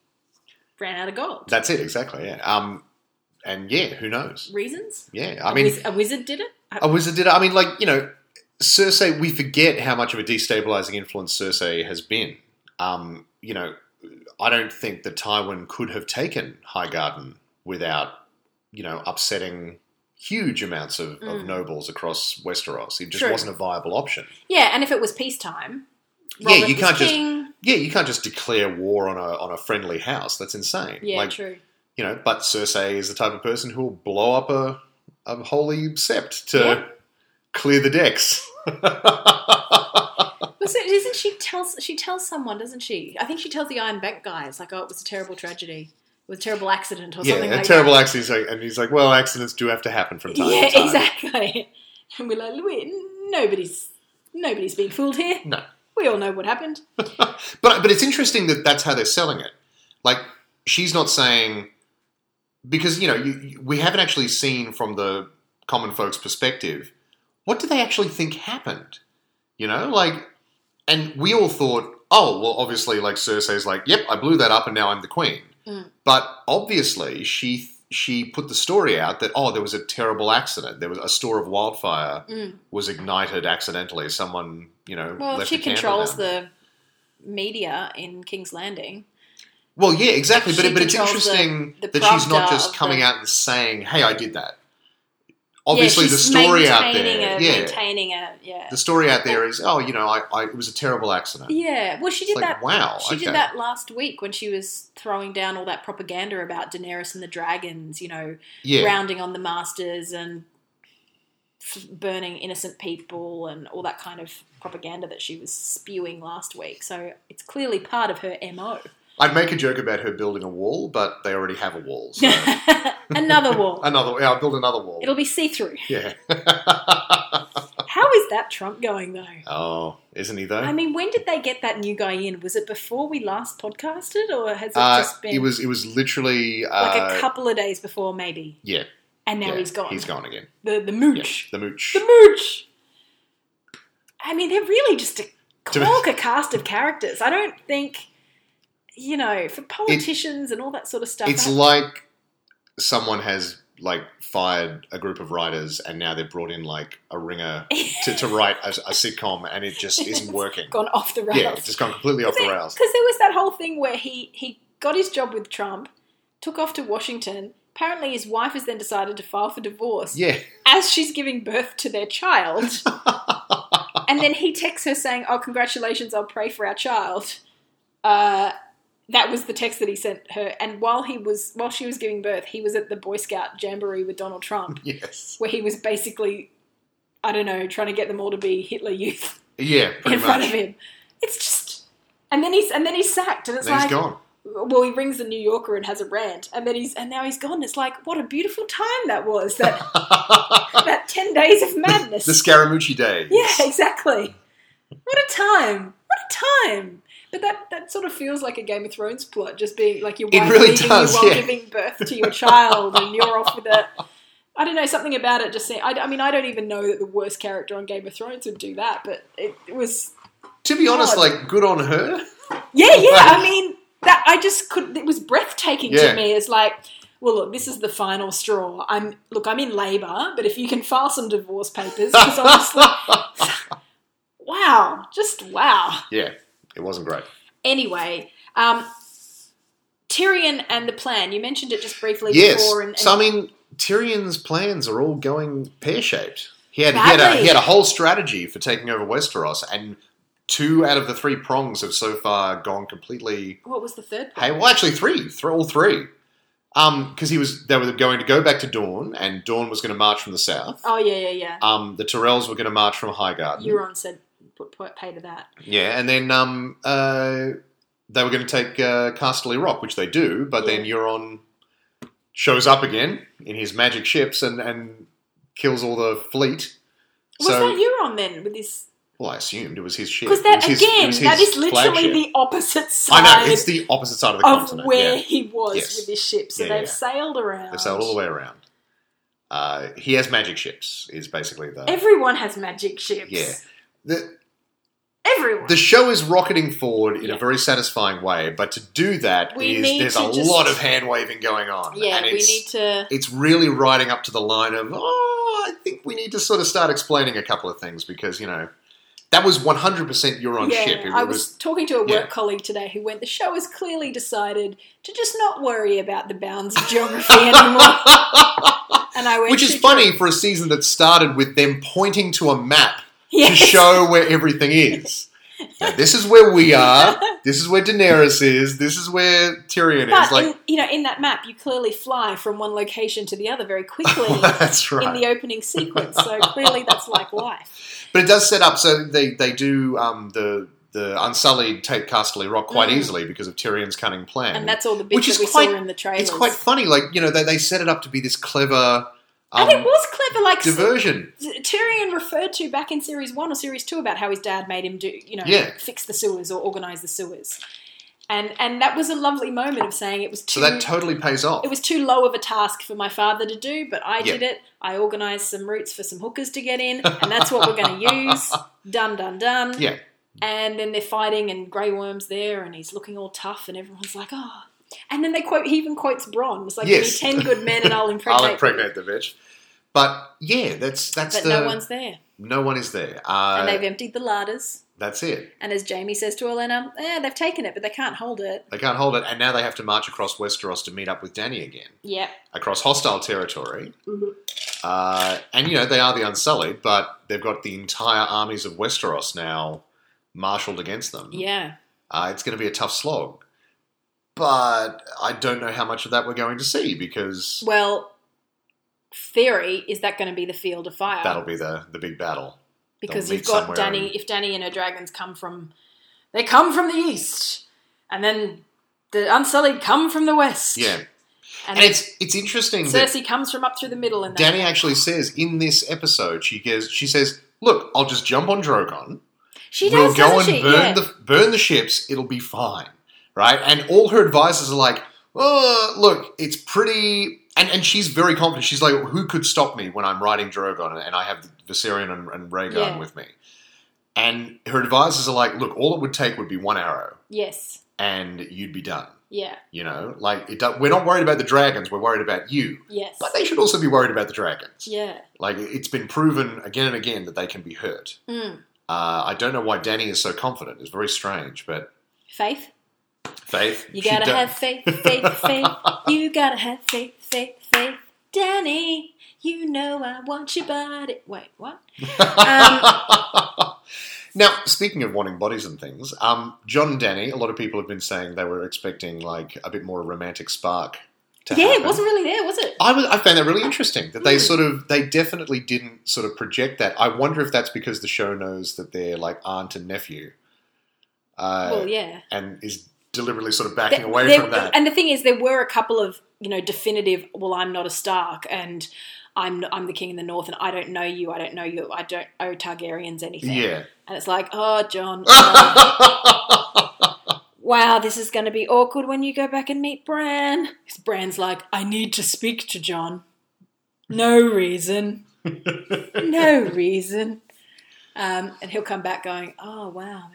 S1: ran out of gold.
S2: that's it exactly. Yeah, um, and yeah, who knows?
S1: Reasons?
S2: Yeah, I
S1: A
S2: mean,
S1: wiz- a wizard did it. I-
S2: a wizard did. it. I mean, like you know, Cersei. We forget how much of a destabilizing influence Cersei has been. Um, you know, I don't think that Tywin could have taken Highgarden without you know upsetting huge amounts of, of
S1: Mm.
S2: nobles across Westeros. It just
S1: True.
S2: wasn't a viable option.
S1: yeah, and if it was peacetime,
S2: Yeah,
S1: Robert
S2: you
S1: was
S2: can't just-
S1: king.
S2: Yeah, you can't just declare war on a on a friendly house. That's insane.
S1: Yeah,
S2: like
S1: true.
S2: you know, but Cersei is the type of person who will blow up a a holy sept to
S1: Yeah.
S2: clear the decks.
S1: Was it, isn't she tells she tells someone, doesn't she? I think she tells the Iron Bank guy. It's like, oh, it was a terrible tragedy. It was a terrible accident or
S2: yeah,
S1: something
S2: a
S1: like
S2: terrible
S1: that.
S2: accident. He's like- And he's like, well, accidents do have to happen from time
S1: yeah,
S2: to time.
S1: exactly. (laughs) And we're like, we, nobody's nobody's being fooled here.
S2: No.
S1: we all know what happened.
S2: But but it's interesting that that's how they're selling it. Like she's not saying because you know you, you- we haven't actually seen from the common folks' perspective what do they actually think happened. You know, like, and we all thought, oh well, obviously, like Cersei's like, yep, I blew that up, and now I'm the queen.
S1: Mm.
S2: But obviously, she she put the story out that oh, there was a terrible accident. There was a store of wildfire
S1: Mm.
S2: was ignited accidentally. Someone, you know,
S1: Well, if
S2: left
S1: she
S2: a candle
S1: controls
S2: down.
S1: the media in King's Landing.
S2: Well, yeah, exactly. But,
S1: She
S2: but it's
S1: controls the-
S2: interesting
S1: the
S2: that she's not
S1: Pravda
S2: just
S1: of
S2: coming
S1: the-
S2: out and saying, "Hey, I did that." Obviously,
S1: yeah,
S2: the
S1: she's
S2: story out
S1: maintaining
S2: there,
S1: a-
S2: yeah,
S1: maintaining a yeah,
S2: the story out there is, "Oh, you know, I, I it was a terrible accident."
S1: yeah. Well, she
S2: It's
S1: did
S2: like,
S1: that.
S2: wow,
S1: She
S2: okay.
S1: did that last week when she was throwing down all that propaganda about Daenerys and the dragons. You know,
S2: Yeah,
S1: rounding on the masters and f- burning innocent people and all that kind of propaganda that she was spewing last week. So it's clearly part of her mo.
S2: I'd make a joke about her building a wall, but they already have a wall.
S1: (laughs)
S2: So
S1: Another wall.
S2: (laughs) another, yeah, I'll build another wall.
S1: It'll be see through.
S2: yeah. (laughs)
S1: How is that Trump going though?
S2: oh, isn't he though?
S1: I mean, when did they get that new guy in? Was it before we last podcasted, or has it
S2: uh,
S1: just been
S2: it was it was literally uh,
S1: like a couple of days before, maybe?
S2: yeah.
S1: And now
S2: yeah,
S1: he's gone.
S2: He's gone again.
S1: The the
S2: Yeah,
S1: mooch.
S2: the mooch.
S1: The mooch. I mean, they're really just a
S2: To be-
S1: corker cast of characters. I don't think, you know, for politicians and all that sort of stuff. (laughs)
S2: It's
S1: I-
S2: like someone has like fired a group of writers and now they've brought in like a ringer to, to write a, a sitcom and it just isn't working.
S1: (laughs) gone off the
S2: Yeah,
S1: rails.
S2: it's just gone completely off the rails.
S1: Because there was that whole thing where he he got his job with Trump, took off to Washington. Apparently, his wife has then decided to file for divorce
S2: Yeah, (laughs)
S1: as she's giving birth to their child. and then he texts her saying, "Oh, congratulations! I'll pray for our child." Uh, that was the text that he sent her. And while he was while she was giving birth, he was at the Boy Scout jamboree with Donald Trump,
S2: yes.
S1: where he was basically, I don't know, trying to get them all to be Hitler Youth
S2: Yeah, pretty
S1: in front
S2: much.
S1: of him. It's just, and then he's and then he's sacked, and it's
S2: Then
S1: like,
S2: he's gone. (laughs)
S1: well, he rings the New Yorker and has a rant, and then he's and now he's gone. It's like, what a beautiful time that was.
S2: (laughs)
S1: That that 10 days of madness.
S2: the Scaramucci days.
S1: yeah, exactly. What a time. What a time. But that, that sort of feels like a Game of Thrones plot, just being like your
S2: It
S1: wife
S2: really
S1: leaving
S2: does,
S1: you while
S2: yeah.
S1: giving birth to your child and you're off with a I don't know, something about it just seemed, I, I mean, I don't even know that the worst character on Game of Thrones would do that, but it, it was,
S2: To be honest,
S1: God.
S2: like good on her.
S1: yeah, yeah, I mean, that, I just couldn't, it was breathtaking
S2: Yeah.
S1: to me. It's like, well, look, this is the final straw. I'm,
S2: (laughs)
S1: look, I'm in labour, but if you can file some divorce papers, because obviously wow, just wow.
S2: Yeah, it wasn't great.
S1: Anyway, um, Tyrion and the plan. You mentioned it just briefly
S2: Yes.
S1: before. And, and
S2: so I mean, Tyrion's plans are all going pear shaped. He had, he, had a,
S1: Badly.
S2: he had a whole strategy for taking over Westeros, and two out of the three prongs have so far gone completely
S1: what was the third?
S2: Hey, well, actually, three, three all three. Um, because he was, they were going to go back to Dawn, and Dawn was going to march from the south.
S1: Oh yeah, yeah, yeah.
S2: Um, the Tyrells were going to march from Highgarden.
S1: Euron said put, put pay to that.
S2: Yeah, and then um, uh, they were going to take uh, Casterly Rock, which they do, but then Euron shows up again in his magic ships and and kills all the fleet.
S1: Was
S2: so,
S1: that Euron then with this?
S2: well, I assumed it was his ship.
S1: Because
S2: It was
S1: that
S2: his- it
S1: again,
S2: was his
S1: that is literally
S2: flagship.
S1: the opposite
S2: I
S1: side
S2: know it's the opposite side of the
S1: of
S2: continent. yeah.
S1: where he was
S2: Yes.
S1: with his ship. So
S2: Yeah,
S1: they've
S2: yeah.
S1: sailed around.
S2: They sail all the way around. Uh, he has magic ships. Is basically the
S1: Everyone has magic ships.
S2: yeah. The,
S1: Everyone.
S2: the show is rocketing forward in
S1: Yeah.
S2: a very satisfying way, but to do that,
S1: We
S2: is-
S1: need
S2: there's
S1: to
S2: a
S1: just-
S2: lot of hand waving going on.
S1: yeah,
S2: and
S1: we
S2: it's,
S1: need to.
S2: it's really riding up to the line of, oh, I think we need to sort of start explaining a couple of things because, you know, that was 100% your on
S1: yeah,
S2: ship. It
S1: I was,
S2: was
S1: talking to a work
S2: yeah.
S1: colleague today who went, the show has clearly decided to just not worry about the bounds of geography
S2: (laughs)
S1: anymore. and I went,
S2: Which is
S1: "Should
S2: funny for a season that started with them pointing to a map
S1: you-"
S2: to
S1: Yes.
S2: show where everything is. Now, this is where we
S1: (laughs)
S2: are. This is where Daenerys is. This is where Tyrion
S1: But
S2: is. Like, (laughs)
S1: in, you know, in that map, you clearly fly from one location to the other very quickly
S2: that's
S1: in
S2: (laughs) right.
S1: the opening sequence. So clearly, that's like life.
S2: but it does set up so they they do um, the the Unsullied take Casterly Rock quite
S1: Mm.
S2: easily because of Tyrion's cunning plan.
S1: And that's all the
S2: Which
S1: bits
S2: is
S1: that we
S2: quite-
S1: saw in the trailers.
S2: it's quite funny. Like you know, they, they set it up to be this clever
S1: and it
S2: um,
S1: was clever, like
S2: diversion.
S1: Tyrion referred to back in series one or series two about how his dad made him do, you know,
S2: Yeah.
S1: fix the sewers or organize the sewers, and and that was a lovely moment of saying it was
S2: So
S1: too
S2: that totally pays off.
S1: it was too low of a task for my father to do, but I
S2: Yeah.
S1: did it. I organized some routes for some hookers to get in, and that's what we're going to
S2: (laughs)
S1: use. Done, done, done.
S2: Yeah.
S1: And then they're fighting, and Grey Worm's there, and he's looking all tough, and everyone's like, oh. And then they quote, he even quotes Bronn. It's like,
S2: Yes.
S1: give me 10 good men, and I'll impregnate.
S2: (laughs) I'll
S1: them."
S2: impregnate the bitch. But yeah, that's that's
S1: But
S2: the
S1: no one's there.
S2: no one is there.
S1: And
S2: Uh,
S1: they've emptied the larders.
S2: that's it.
S1: And as Jamie says to Elena, eh, they've taken it, but they can't hold it.
S2: They can't hold it, and now they have to march across Westeros to meet up with Danny again.
S1: Yep.
S2: across hostile territory.
S1: Mm-hmm.
S2: Uh, and, you know, they are the Unsullied, but they've got the entire armies of Westeros now marshaled against them.
S1: Yeah.
S2: Uh, it's going to be a tough slog. But I don't know how much of that we're going to see because
S1: Well, theory is that going to be the field of fire?
S2: that'll be the, the big battle.
S1: because
S2: They'll
S1: you've
S2: meet
S1: got
S2: somewhere
S1: Danny.
S2: and-
S1: If Danny and her dragons come from, they come from the east, and then the Unsullied come from the west.
S2: Yeah.
S1: and,
S2: And it's it's interesting that
S1: Cersei comes from up through the middle, and
S2: Danny
S1: that.
S2: actually says in this episode, she goes, she says, Look, I'll just jump on Drogon.
S1: she
S2: we'll
S1: does,
S2: go
S1: doesn't she?
S2: and burn
S1: Yeah.
S2: the burn the ships. It'll be fine, right? And all her advisors are like, "Oh, look, it's pretty." And and she's very confident. She's like, "Who could stop me when I'm riding Drogon and I have Viserion and, and Rhaegar
S1: Yeah.
S2: with me?" And her advisors are like, "Look, all it would take would be one arrow,
S1: yes,
S2: and you'd be done."
S1: yeah,
S2: You know, like it. do- We're not worried about the dragons. We're worried about you.
S1: yes,
S2: But they should also be worried about the dragons.
S1: yeah.
S2: Like it's been proven again and again that they can be hurt.
S1: Mm.
S2: Uh, I don't know why Danny is so confident. It's very strange, but
S1: Faith,
S2: Faith.
S1: (laughs) you
S2: she
S1: gotta
S2: don't-
S1: have faith, faith,
S2: (laughs)
S1: faith. You gotta have faith, faith, faith. Danny, you know I want your body. Wait, what?
S2: (laughs)
S1: um,
S2: now, speaking of wanting bodies and things, um, John and Danny. A lot of people have been saying they were expecting like a bit more romantic spark. To
S1: yeah,
S2: happen.
S1: it wasn't really there, was it?
S2: I, was, I found that really interesting that they
S1: Hmm.
S2: sort of they definitely didn't sort of project that. I wonder if that's because the show knows that they're like aunt and nephew, uh,
S1: well, yeah.
S2: and is deliberately sort of backing
S1: There-
S2: away
S1: there-
S2: from that.
S1: And the thing is, there were a couple of you know definitive. Well, I'm not a Stark, and I'm I'm the king in the North, and I don't know you. I don't know you. I don't owe Targaryens anything.
S2: yeah,
S1: And it's like, oh,
S2: (laughs)
S1: John. oh, (laughs) Wow, this is going to be awkward when you go back and meet Bran. 'Cause Bran's like, I need to speak to John. No
S2: (laughs)
S1: reason. no reason. Um, and he'll come back going, oh, wow.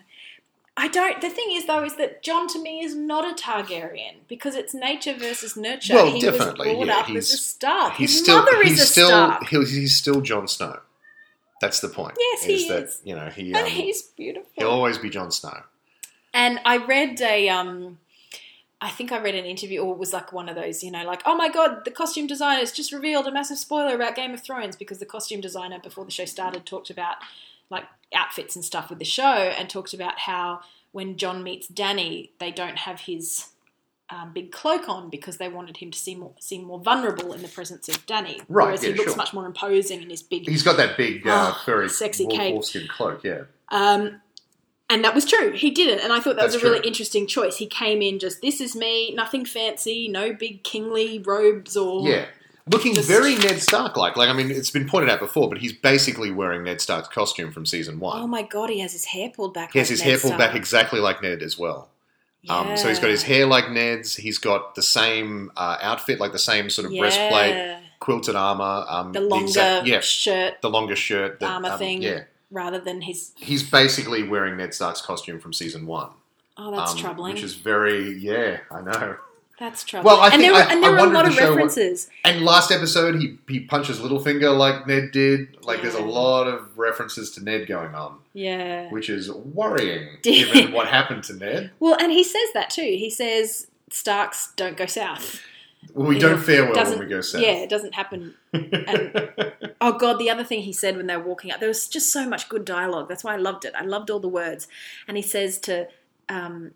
S1: I don't. The thing is, though, is that John to me is not a Targaryen because it's nature versus nurture.
S2: Well,
S1: he was
S2: definitely,
S1: brought
S2: yeah,
S1: up as
S2: he's-
S1: a Stark.
S2: he's
S1: His
S2: still
S1: mother is
S2: he's
S1: a
S2: still
S1: Stark.
S2: he's, he's still Jon Snow. That's the point.
S1: Yes, he is.
S2: That, you know, he
S1: And
S2: um,
S1: he's beautiful.
S2: he'll always be Jon Snow.
S1: And I read a, um, I think I read an interview, or it was like one of those, you know, like, oh my god, the costume designers just revealed a massive spoiler about Game of Thrones because the costume designer before the show started talked about like outfits and stuff with the show and talked about how when John meets Danny, they don't have his um, big cloak on because they wanted him to seem more, seem more vulnerable in the presence of Danny.
S2: Right,
S1: Whereas
S2: yeah,
S1: he looks
S2: sure.
S1: much more imposing in his big
S2: He's got that big, uh,
S1: Ah,
S2: very
S1: sexy
S2: wolf,
S1: cape.
S2: wolfskin cloak. Yeah,
S1: um, and that was true. He did it. And I thought that was
S2: That's
S1: a really
S2: true.
S1: interesting choice. He came in just, this is me, nothing fancy, no big kingly robes or.
S2: yeah. Looking
S1: Just-
S2: very Ned Stark like. Like I mean, it's been pointed out before, but he's basically wearing Ned Stark's costume from season one.
S1: Oh my God, he has his hair pulled back.
S2: he has
S1: like
S2: his
S1: Ned
S2: hair pulled
S1: Stark.
S2: back exactly like Ned as well. Um, so he's got his
S1: Yeah.
S2: hair like Ned's. He's got the same uh, outfit, like the same sort of breastplate,
S1: Yeah.
S2: quilted armor, um,
S1: The longer
S2: exact- yeah,
S1: shirt
S2: the longer shirt, the
S1: armor
S2: um,
S1: thing.
S2: Yeah,
S1: rather than his.
S2: he's basically wearing Ned Stark's costume from season one.
S1: Oh, that's
S2: um,
S1: troubling.
S2: Which is very yeah, I know.
S1: that's troubling.
S2: Well, I
S1: and
S2: think
S1: there were,
S2: I-
S1: and
S2: I
S1: there were a
S2: wondered
S1: lot
S2: the
S1: of
S2: show what-
S1: references.
S2: And last episode, he he punches Littlefinger like Ned did. Like there's a
S1: Yeah.
S2: lot of references to Ned going on,
S1: Yeah.
S2: which
S1: (laughs)
S2: is worrying
S1: Did-
S2: given what happened to Ned.
S1: Well, and he says that too. He says Starks don't go south.
S2: Well, we
S1: Yeah.
S2: don't fare well
S1: Doesn't-
S2: when we go south.
S1: Yeah,
S2: (laughs)
S1: (laughs) it doesn't happen and- oh god, the other thing he said when they were walking up, there was just so much good dialogue. That's why I loved it. I loved all the words. And he says to um,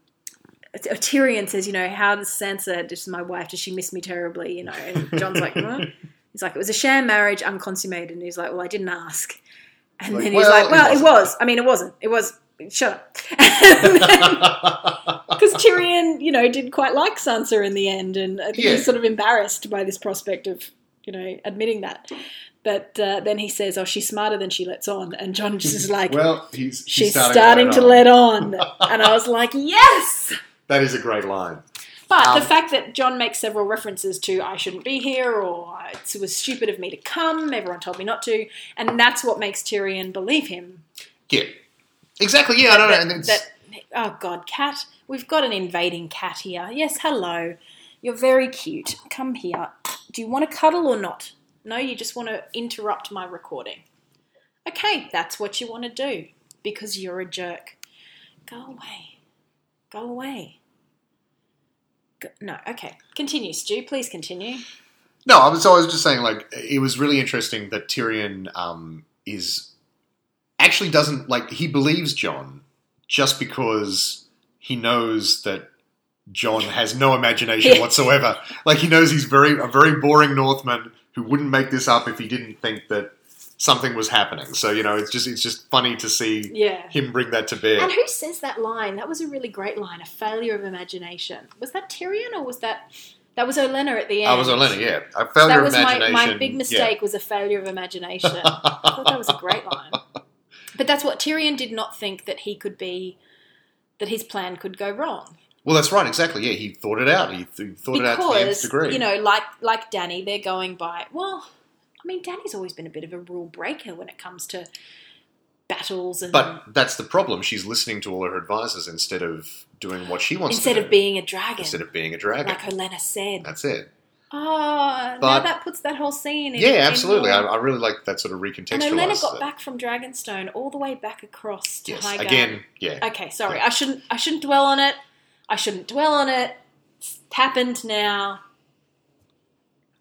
S1: Tyrion says, you know, how does Sansa, this is my wife, does she miss me terribly? You know,
S2: (laughs)
S1: and John's like, huh? he's like, it was a sham marriage, unconsummated. And he's like, well, I didn't ask. And
S2: Like,
S1: then he's
S2: well,
S1: like,
S2: it
S1: well, it,
S2: wasn't."
S1: was. I mean, it wasn't. It was. Shut up. (laughs)
S2: (laughs)
S1: Because Tyrion, you know, did quite like Sansa in the end, and I think
S2: Yeah.
S1: he's sort of embarrassed by this prospect of, you know, admitting that. But uh, then he says, "Oh, she's smarter than she lets on," and John just is like,
S2: well, he's, he's
S1: "She's starting, to
S2: on.
S1: let on," and I was like, "Yes!"
S2: That is a great line.
S1: But
S2: Um,
S1: the fact that John makes several references to "I shouldn't be here" or "It was stupid of me to come," everyone told me not to, and that's what makes Tyrion believe him.
S2: Yeah, exactly. Yeah, I don't know.
S1: That-
S2: And it's,
S1: that- oh God, cat! We've got an invading cat here. Yes, hello. You're very cute. Come here. Do you want to cuddle or not? No, you just want to interrupt my recording. Okay, that's what you want to do because you're a jerk. Go away. Go away. Go- no, okay. Continue, Stu. Please continue.
S2: no, I was, so I was just saying, like, it was really interesting that Tyrion um, is actually doesn't like he believes John just because he knows that John has no imagination
S1: (laughs) Yeah.
S2: whatsoever. Like, he knows he's very a very boring Northman who wouldn't make this up if he didn't think that something was happening. So you know, it's just it's just funny to see
S1: Yeah.
S2: him bring that to bear.
S1: And who says that line? That was a really great line. A failure of imagination. Was that Tyrion or was that that was Olenna at the end?
S2: I was on Lenny, yeah. A failure
S1: that
S2: of
S1: was my,
S2: imagination.
S1: my big
S2: yeah.
S1: mistake was a failure of imagination. I thought that was a great
S2: (laughs)
S1: line. But that's what Tyrion did not think that he could be that his plan could go wrong
S2: Well, that's right, exactly. Yeah, he thought it out. He th- thought it out to the nth
S1: because
S2: degree.
S1: you know like like Danny they're going by well I mean Danny's always been a bit of a rule breaker when it comes to battles and
S2: but that's the problem. She's listening to all her advisors instead of doing what she wants
S1: instead
S2: to do.
S1: of being a dragon
S2: instead of being a dragon.
S1: like Helena said
S2: that's it.
S1: oh now
S2: But-
S1: that puts that whole scene in
S2: Yeah, absolutely.
S1: in
S2: I,
S1: more-
S2: I really like that sort of
S1: and
S2: recontextualized.
S1: Helena got
S2: stuff.
S1: back from Dragonstone all the way back across to
S2: yes,
S1: Highgarden
S2: again, yeah.
S1: Okay, sorry. I shouldn't. I shouldn't dwell on it. I shouldn't dwell on it. It's happened now.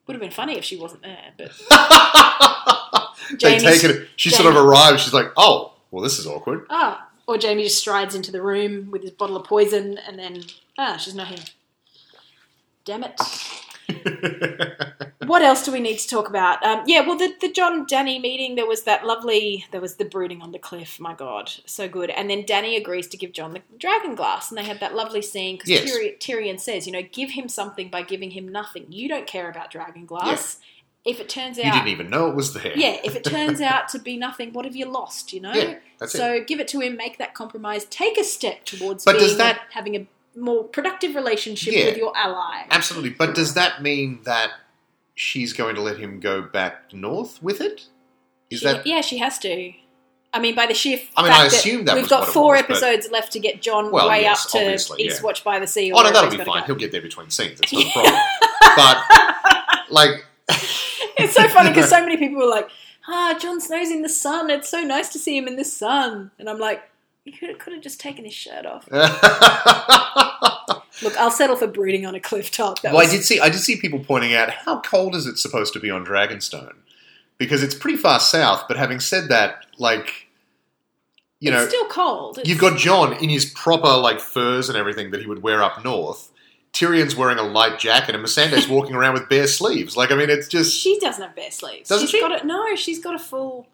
S1: Would have been funny if she wasn't there, but
S2: (laughs) (laughs) they
S1: Jamie's-
S2: take it. She sort of
S1: Jamie-
S2: arrives. She's like, "Oh, well, this is awkward." (laughs)
S1: ah, or Jamie just strides into the room with his bottle of poison, and then ah, she's not here. Damn it. what else do we need to talk about? Um, yeah, well, the, the John Danny meeting, there was that lovely, there was the brooding on the cliff. My God, so good. And then Danny agrees to give John the dragon glass, and they had that lovely scene because
S2: Yes.
S1: Tyrion, says, you know, give him something by giving him nothing. You don't care about dragon glass. If it turns out,
S2: You didn't even know it was there.
S1: yeah, if it
S2: (laughs)
S1: turns out to be nothing, what have you lost? You know.
S2: Yeah, that's it.
S1: so give it to him, make that compromise, take a step towards
S2: But
S1: being,
S2: does that-
S1: having a more productive relationship
S2: Yeah.
S1: with your ally.
S2: Absolutely. But does that mean that she's going to let him go back north with it? Is
S1: She-
S2: that
S1: yeah, she has to. I mean, by the sheer
S2: I mean,
S1: fact
S2: I assume that
S1: we've
S2: was
S1: got
S2: what it
S1: four
S2: was, but-
S1: episodes left to get John
S2: Well,
S1: way
S2: yes,
S1: up to
S2: obviously, yeah.
S1: Eastwatch by the Sea. Or
S2: Oh no,
S1: wherever
S2: that'll be
S1: he's gotta
S2: fine.
S1: go.
S2: He'll get there between scenes. It's
S1: (laughs)
S2: not a problem. but like, (laughs)
S1: It's so funny because so many people were like, ah, Jon Snow's in the sun. It's so nice to see him in the sun. And I'm like, you could could have just taken his shirt off. Look, I'll settle for brooding on a cliff top. That
S2: (laughs) well, I
S1: was-
S2: did see I did see people pointing out how cold is it supposed to be on Dragonstone, because it's pretty far south. But having said that, like, you know,
S1: it's still cold. It's-
S2: you've got John in his proper like furs and everything that he would wear up north. Tyrion's wearing a light jacket, and Missandei's walking around with bare sleeves. Like, I mean, it's just
S1: She doesn't have bare sleeves.
S2: Doesn't
S1: She's
S2: she?
S1: got it. No, she's got a full.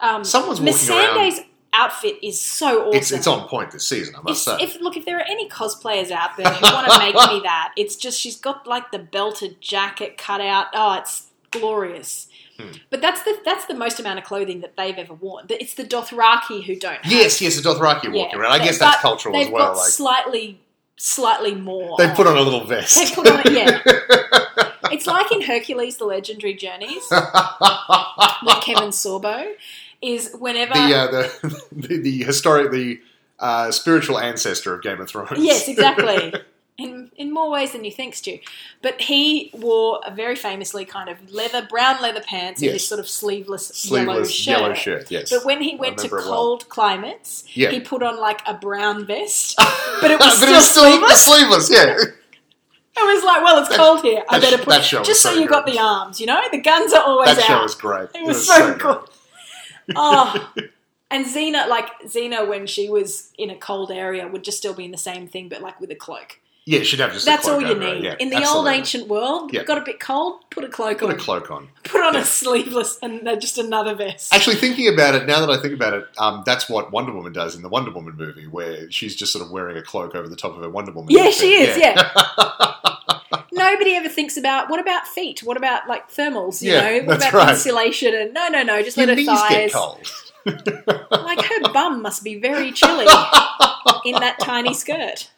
S1: Um,
S2: Someone's walking
S1: Missandei's outfit is so awesome.
S2: it's it's on point this season. I
S1: If,
S2: must say.
S1: if- look, if there are any cosplayers out there who want
S2: (laughs)
S1: to make me that, it's just she's got like the belted jacket cut out. Oh, it's glorious.
S2: Hmm.
S1: But that's the that's the most amount of clothing that they've ever worn. It's the Dothraki who don't. have-
S2: yes, yes, the Dothraki are walking
S1: Yeah,
S2: around. I
S1: they-
S2: guess that's
S1: but
S2: cultural
S1: They've
S2: as well.
S1: got
S2: Like,
S1: slightly slightly more.
S2: they put on a little vest.
S1: (laughs) They put on it,
S2: (laughs)
S1: yeah. it's like in Hercules: The Legendary
S2: (laughs)
S1: Journeys with Kevin Sorbo. Is whenever
S2: the, uh, the the the historic the uh, spiritual ancestor of Game of Thrones.
S1: Yes, exactly.
S2: (laughs)
S1: In, in more ways than you think, Stu. But he wore a very famously kind of leather, brown leather pants and this
S2: Yes.
S1: sort of sleeveless,
S2: sleeveless
S1: yellow shirt.
S2: yellow shirt. Yes, (laughs)
S1: But when he went to
S2: remember it well.
S1: cold climates,
S2: Yeah.
S1: he put on like a brown vest, but it was
S2: but
S1: still,
S2: it was still
S1: sleeveless.
S2: (laughs) sleeveless. Yeah,
S1: It was like, well, it's cold here. I
S2: that sh-
S1: better put
S2: that show was
S1: just so
S2: so
S1: you got
S2: good.
S1: the arms. You know, the guns are always
S2: that show
S1: out.
S2: was great.
S1: It was so
S2: good.
S1: good. (laughs)
S2: (laughs)
S1: oh. And Xena, like Xena, when she was in a cold area, would just still be in the same thing, but like with a cloak.
S2: Yeah, she'd have just. a
S1: That's all
S2: cloak
S1: you
S2: over it.
S1: need.
S2: Yeah,
S1: In the
S2: absolutely.
S1: old ancient world,
S2: Yeah.
S1: got a bit cold, put a cloak
S2: Put
S1: on.
S2: a cloak on.
S1: Put on
S2: Yeah.
S1: a sleeveless and uh, just another vest.
S2: Actually, thinking about it, now that I think about it, um, that's what Wonder Woman does in the Wonder Woman movie, where she's just sort of wearing a cloak over the top of her Wonder Woman.
S1: yeah,
S2: outfit.
S1: she is, yeah.
S2: (laughs)
S1: Nobody ever thinks about what about feet? What about like thermals? You
S2: Yeah,
S1: know, what
S2: that's
S1: about
S2: right.
S1: insulation? And no, no, no, just
S2: Your
S1: let her
S2: knees
S1: thighs.
S2: get cold.
S1: (laughs) Like her bum must be
S2: (laughs)
S1: very chilly in that tiny skirt.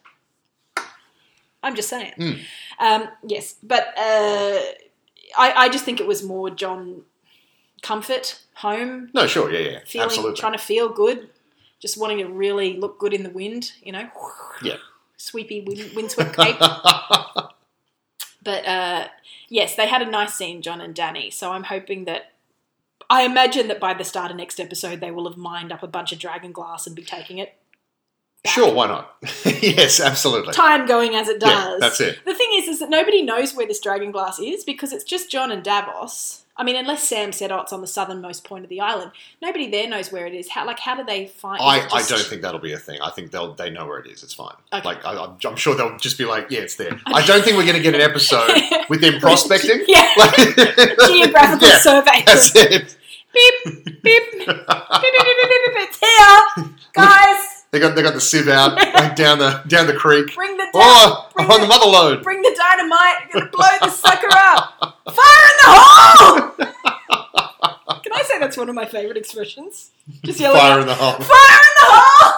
S1: I'm just saying.
S2: Mm.
S1: Um, yes, but uh, I, I just think it was more John comfort home
S2: No, sure, yeah, yeah,
S1: feeling
S2: absolutely.
S1: trying to feel good, just wanting to really look good in the wind, you know.
S2: Yeah.
S1: Sweepy wind, windswept
S2: (laughs)
S1: cape. but uh, yes, they had a nice scene, John and Danny. So I'm hoping that I imagine that by the start of next episode, they will have mined up a bunch of dragon glass and be taking it. back.
S2: sure, why not? (laughs) yes, absolutely.
S1: Time going as it does.
S2: Yeah, that's it.
S1: The thing is, is that nobody knows where this dragon glass is because it's just John and Davos. I mean, unless Sam said, "Oh, it's on the southernmost point of the island," nobody there knows where it is. How, like, how do they find? is
S2: I,
S1: it
S2: I
S1: just- (laughs)
S2: don't think that'll be a thing. I think they'll they know where it is. It's fine.
S1: Okay.
S2: Like I, I'm, I'm sure they'll just be like, yeah, it's there. I don't think we're going to get
S1: (laughs)
S2: an episode with them prospecting. (laughs)
S1: Yeah,
S2: Like- (laughs)
S1: geographical
S2: Yeah,
S1: survey.
S2: That's it.
S1: (laughs)
S2: (laughs)
S1: Beep, beep, beep, beep, beep, beep, beep, beep. It's here, guys.
S2: They got they got the
S1: (laughs)
S2: sieve out like down the down the creek.
S1: Bring the down,
S2: Oh,
S1: bring,
S2: I'm on the mother
S1: the,
S2: load.
S1: bring the dynamite. We're gonna blow this sucker up. Fire in the
S2: (laughs)
S1: hole. Can I say that's one of my favorite expressions? Just (laughs) yell out,
S2: Fire in the hole.
S1: fire in the hole.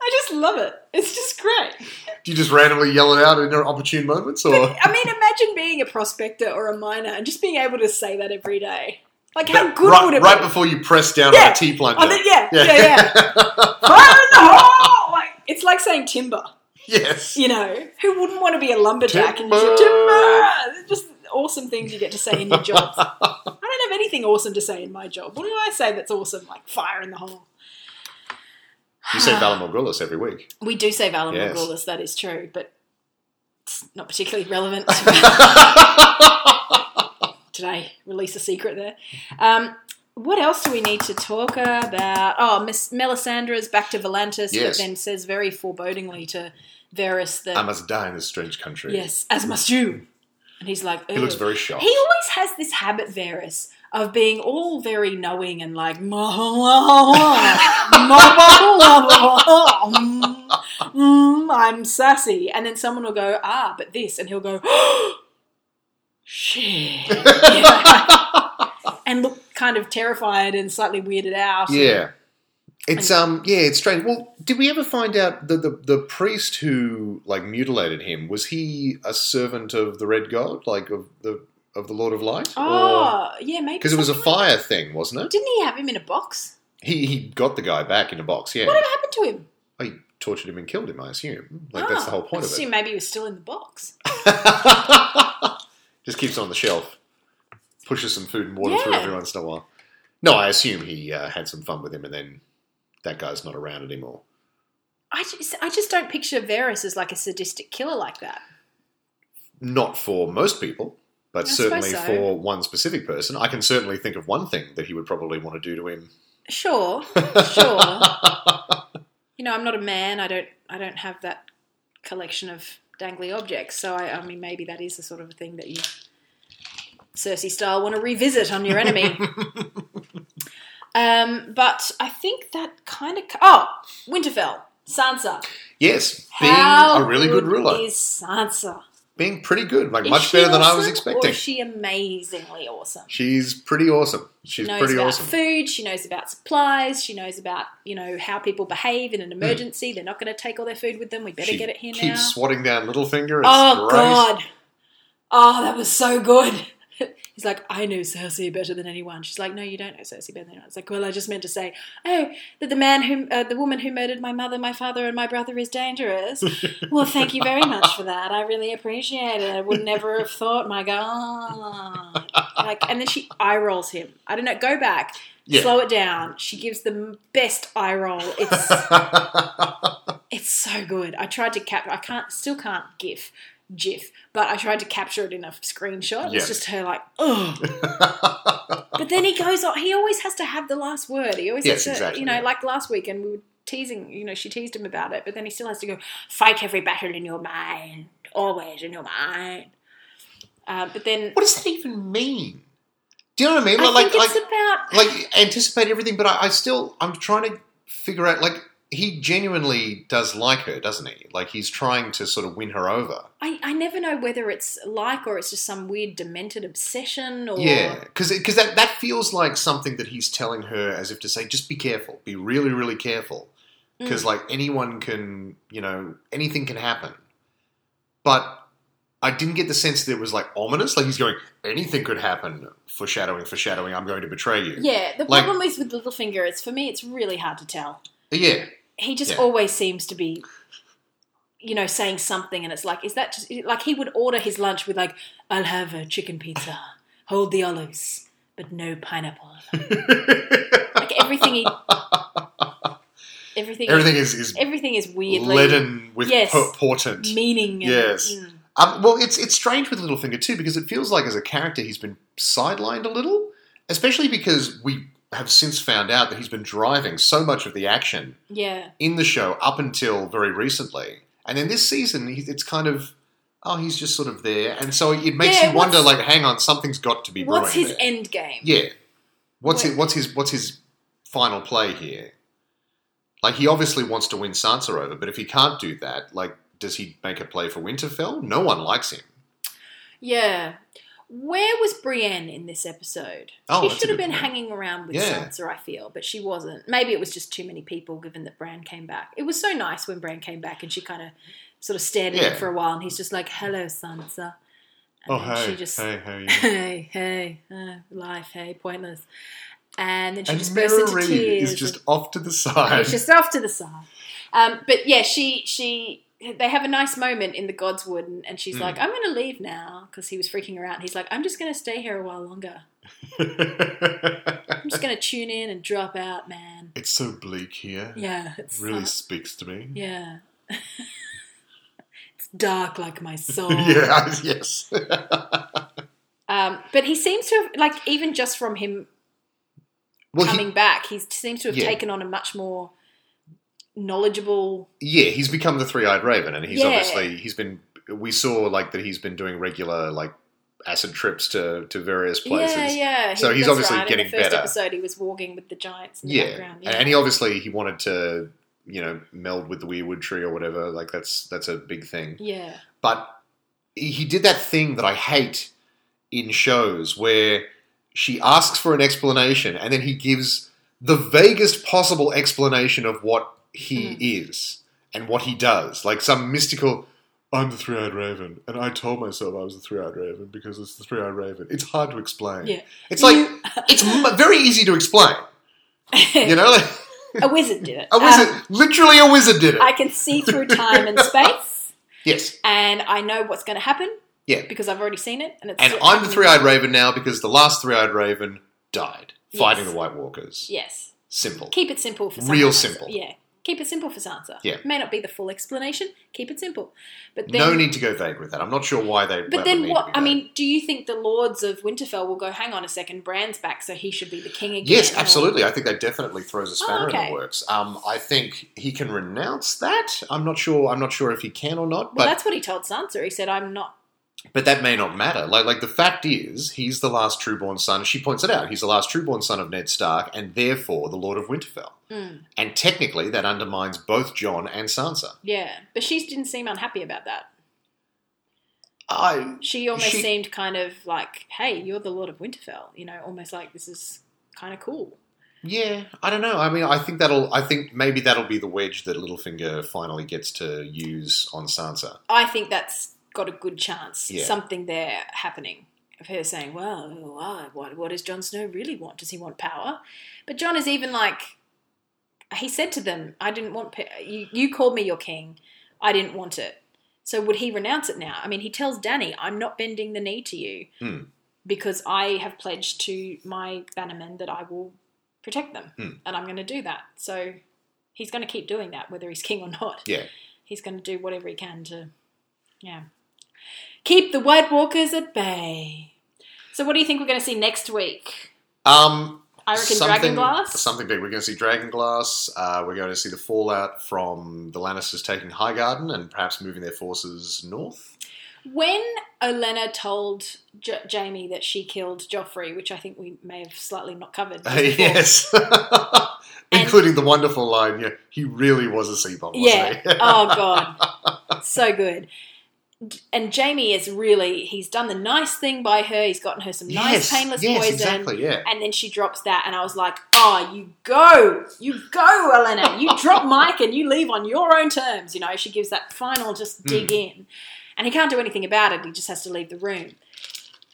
S1: I just love it. It's just great.
S2: Do you just randomly yell it out in opportune moments, or
S1: I mean, imagine being a prospector or a miner and just being able to say that every day. Like, how good
S2: right,
S1: would it
S2: right
S1: be?
S2: before you press down
S1: Yeah.
S2: on the T plunger?
S1: Oh, the- yeah,
S2: Yeah.
S1: yeah, yeah. Fire in the hole! Like, it's like saying timber.
S2: (laughs) yes.
S1: You know, who wouldn't want to be a lumberjack and just
S2: Timber.
S1: timber? They're Just awesome things you get to say in your
S2: (laughs)
S1: jobs. I don't have anything awesome to say in my job. What do I say that's awesome? Like fire in the hole.
S2: You say Valamorgulis every (laughs) week.
S1: We do say Valor
S2: Yes.
S1: Morgulis, that is true, but it's not particularly relevant.
S2: (laughs)
S1: Did I release a secret there? Um, what else do we need to talk about? Oh, Miss Melisandre is back to Volantis,
S2: Yes.
S1: but then says very forebodingly to Varys that,
S2: I must die in this strange country.
S1: yes, as must you. And he's like,
S2: He looks
S1: "Ugh."
S2: very shocked. (laughs)
S1: He always has this habit, Varys, of being all very knowing and like, "Ma- ma- ma- ma- ma- ma- ma- mm, mm, I'm sassy. And then someone will go, ah, but this. And he'll go, (gasps)
S2: (laughs)
S1: shit. and look kind of terrified and slightly weirded out.
S2: Yeah. It's um yeah, it's strange. Well, did we ever find out that the the priest who like mutilated him was he a servant of the Red God, like of the of the Lord of Light?
S1: Oh, yeah, maybe.
S2: because it was a
S1: something like-
S2: fire thing, wasn't it?
S1: Didn't he have him in a box?
S2: He he got the guy back in a box. Yeah,
S1: Whatever happened to him?
S2: he tortured him and killed him. I assume like that's the
S1: Ah,
S2: whole point
S1: I
S2: of
S1: assume
S2: it. (laughs)
S1: maybe he was still in the box.
S2: Just keeps it on the shelf. pushes some food and water through
S1: Yeah.
S2: every once in a while. No, I assume he uh, had some fun with him, and then that guy's not around anymore.
S1: I just, I just don't picture Varys as like a sadistic killer like that.
S2: Not for most people, but
S1: I suppose
S2: certainly
S1: so.
S2: for one specific person. I can certainly think of one thing that he would probably want to do to him.
S1: Sure, sure. you know, I'm not a man. I don't, I don't have that collection of dangly objects. So I, I mean, maybe that is the sort of thing that you, Cersei style, want to revisit on your enemy.
S2: (laughs)
S1: um, but I think that kind of. Oh, Winterfell, Sansa.
S2: yes, being
S1: How
S2: a really good, ruler,
S1: is Sansa?
S2: being pretty good, like
S1: Is
S2: much
S1: she
S2: better than I was
S1: awesome, Or
S2: expecting.
S1: is she amazingly awesome?
S2: She's pretty awesome. She's
S1: knows
S2: pretty
S1: about
S2: awesome.
S1: food. She knows about supplies. She knows about you know how people behave in an emergency. They're not going to take all their food with them. We better
S2: she
S1: get it here
S2: keeps
S1: now.
S2: swatting down Littlefinger. It's
S1: oh
S2: great.
S1: God! Oh, that was so good. (laughs) He's like, I know Cersei better than anyone. She's like, No, you don't know Cersei better than anyone. It's like, Well, I just meant to say, oh, that the man who, uh, the woman who murdered my mother, my father, and my brother is dangerous. well, thank you very much for that. I really appreciate it. I would never have thought. My God, like, and then she eye rolls him. I don't know. Go back,
S2: Yeah.
S1: slow it down. She gives the m- best eye roll. It's
S2: (laughs)
S1: It's so good. I tried to cap. I can't. Still can't gif, gif. But I tried to capture it in a screenshot.
S2: Yeah.
S1: It's just her like, ugh. but then he goes on. He always has to have the last word. He always
S2: Yes,
S1: has to,
S2: exactly,
S1: you know,
S2: yeah.
S1: like last week, and we were teasing. You know, she teased him about it, but then he still has to go fight every battle in your mind, always in your mind. Uh, but then
S2: what does that even mean? Do you know what I mean?
S1: I
S2: Like,
S1: think it's
S2: like,
S1: about
S2: like, like anticipate everything, but I, I still, I'm trying to figure out. Like, he genuinely does like her, doesn't he? Like, he's trying to sort of win her over.
S1: I, I never know whether it's like or it's just some weird demented obsession or
S2: Yeah, because because that that feels like something that he's telling her as if to say, just be careful, be really, really careful,
S1: Mm.
S2: because like anyone can, you know, anything can happen. But I didn't get the sense that it was like ominous. Like he's going, anything could happen. Foreshadowing, foreshadowing. I'm going to betray you.
S1: Yeah, the
S2: Like-
S1: problem is with Littlefinger. It's for me, it's really hard to tell. (laughs)
S2: yeah.
S1: He just
S2: Yeah.
S1: always seems to be, you know, saying something, and it's like, is that just like he would order his lunch with like, I'll have a chicken pizza, hold the olives, but no pineapple. Like everything
S2: (laughs)
S1: he, everything,
S2: Everything is is
S1: everything is weirdly
S2: laden with
S1: Yes.
S2: por- portent.
S1: meaning. and-
S2: Yes.
S1: mm.
S2: Um, well, it's it's strange with Littlefinger too because it feels like as a character he's been sidelined a little, especially because we have since found out that he's been driving so much of the action
S1: yeah,
S2: in the show up until very recently, and then this season he- it's kind of oh he's just sort of there, and so it makes
S1: Yeah,
S2: you wonder
S1: what's-
S2: like hang on something's got to be
S1: what's
S2: brewing
S1: his
S2: there.
S1: end game?
S2: yeah what's
S1: Wait.
S2: his, what's his what's his final play here? Like he obviously wants to win Sansa over, but if he can't do that, like does he make a play for Winterfell? No one likes him.
S1: Yeah. Where was Brienne in this episode?
S2: Oh,
S1: she
S2: that's a
S1: should have
S2: good
S1: been
S2: point.
S1: hanging around with
S2: Yeah.
S1: Sansa, I feel, but she wasn't. Maybe it was just too many people given that Bran came back. It was so nice when Bran came back and she kind of sort of stared at
S2: Yeah.
S1: him for a while and he's just like, hello, Sansa. And
S2: Oh,
S1: then
S2: hey,
S1: she just,
S2: hey, hey.
S1: (laughs) hey, hey, uh, life, hey, pointless. And then she
S2: And
S1: just
S2: Mira
S1: bursts into
S2: Reed
S1: tears.
S2: is
S1: and-
S2: just off to the
S1: and
S2: side.
S1: it's just off to the side. Um, but yeah, she she they have a nice moment in the Godswood, and, and she's
S2: Hmm.
S1: like, "I'm going to leave now" because he was freaking her out. And he's like, "I'm just going to stay here a while longer. I'm just going to tune in and drop out, man."
S2: (laughs) it's so bleak here.
S1: Yeah, it's
S2: really
S1: uh,
S2: speaks to me.
S1: yeah. (laughs) it's dark like
S2: (laughs)
S1: my soul.
S2: (laughs) yeah, yes.
S1: Um, but he seems to have like even just from him
S2: Well, he-
S1: coming back, he seems to have
S2: Yeah.
S1: taken on a much more knowledgeable.
S2: yeah, he's become the three-eyed raven, and he's
S1: Yeah.
S2: obviously he's been. We saw like that he's been doing regular like acid trips to to various places.
S1: Yeah, yeah.
S2: So he's
S1: that's
S2: obviously
S1: right. In
S2: getting
S1: the first
S2: better.
S1: Episode, he was walking with the giants. In the
S2: Yeah.
S1: background.
S2: And, and he obviously he wanted to you know meld with the weirwood tree or whatever. Like that's that's a big thing.
S1: Yeah.
S2: but he did that thing that I hate in shows where she asks for an explanation and then he gives the vaguest possible explanation of what he is and what he does, like some mystical. I'm the three-eyed raven, and I told myself I was the three-eyed raven because it's the three-eyed raven. It's hard to explain.
S1: Yeah.
S2: It's like it's m- very easy to explain.
S1: (laughs)
S2: You know, like,
S1: a wizard did it.
S2: a wizard,
S1: Um,
S2: literally a wizard did it. (laughs)
S1: I can see through time and space,
S2: yes,
S1: and I know what's going to happen,
S2: Yeah.
S1: because I've already seen it, and it's
S2: And I'm the three eyed raven now because the last three eyed raven died fighting
S1: Yes.
S2: the White Walkers.
S1: Yes,
S2: Simple.
S1: keep it simple for
S2: Real
S1: Sansa.
S2: simple.
S1: Yeah, keep it simple for Sansa.
S2: Yeah.
S1: may not be the full explanation. Keep it simple, but then
S2: No need to go vague with that. I'm not sure why they. that
S1: But
S2: would
S1: then
S2: need
S1: what?
S2: to be
S1: I
S2: vague.
S1: mean, do you think the lords of Winterfell will go, hang on a second, Bran's back, so he should be the king again?
S2: Yes,
S1: or-
S2: absolutely. I think that definitely throws a spanner in
S1: Oh, okay.
S2: the works. Um, I think he can renounce that. I'm not sure. I'm not sure if he can or not.
S1: Well,
S2: But
S1: that's what he told Sansa. He said, I'm not.
S2: but that may not matter. Like like the fact is, he's the last trueborn son. She points it out. He's the last trueborn son of Ned Stark, and therefore the Lord of Winterfell.
S1: Mm,
S2: And technically, that undermines both John and Sansa.
S1: yeah. But she didn't seem unhappy about that.
S2: I
S1: She almost
S2: She-
S1: seemed kind of like, hey, you're the Lord of Winterfell. You know, almost like this is kind of cool.
S2: yeah. I don't know. I mean, I think that'll. I think maybe that'll be the wedge that Littlefinger finally gets to use on Sansa.
S1: I think that's got a good chance.
S2: Yeah.
S1: Something there happening of her saying, "Well, why- what, what does Jon Snow really want? Does he want power?" But John is even like, he said to them, "I didn't want pa- you. You called me your king. I didn't want it. So would he renounce it now? I mean, he tells Danny, "I'm not bending the knee to you."
S2: Hmm.
S1: Because I have pledged to my bannermen that I will protect them,
S2: Hmm.
S1: and I'm going to do that. So he's going to keep doing that, whether he's king or not
S2: Yeah.
S1: he's going to do whatever he can to, yeah, keep the White Walkers at bay. So, what do you think we're going to see next week?
S2: Um.
S1: I reckon Dragon Glass.
S2: Something big. We're going to see Dragon Glass. Uh, we're going to see the fallout from the Lannisters taking Highgarden and perhaps moving their forces north.
S1: When Olenna told J- Jamie that she killed Joffrey, which I think we may have slightly not
S2: (laughs)
S1: covered. before.
S2: yes. (laughs) Including the wonderful line, yeah, he really was a sea bomb, wasn't
S1: Yeah.
S2: he?
S1: oh god, so good. D- And Jamie is really—he's done the nice thing by her. He's gotten her
S2: (laughs)
S1: some nice,
S2: yes,
S1: painless
S2: yes,
S1: poison.
S2: exactly, yeah.
S1: And then she drops that, and I was like, "Oh, you go, you go, Elena. You
S2: (laughs)
S1: drop Mike and you leave on your own terms." You know, she gives that final just
S2: Hmm.
S1: dig in, and he can't do anything about it. He just has to leave the room.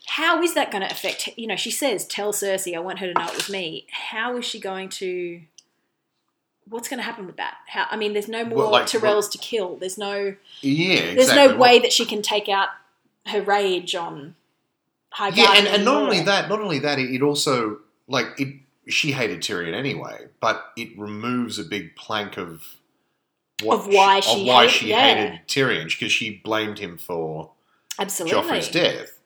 S1: How is that going to affect? You know, she says, "Tell Cersei, I want her to know it was me." How is she going to? What's going to happen with that? How, I mean, there's no more
S2: Well, like,
S1: Tyrells to kill. There's no,
S2: Yeah, exactly.
S1: there's no
S2: Well,
S1: way that she can take out her rage on. High
S2: yeah, and, and not only that, not only that, it, it also like it. She hated Tyrion anyway, but it removes a big plank of
S1: Of why
S2: of
S1: she
S2: why
S1: hate-
S2: she
S1: yeah.
S2: hated Tyrion because she blamed him for
S1: absolutely
S2: Joffrey's death.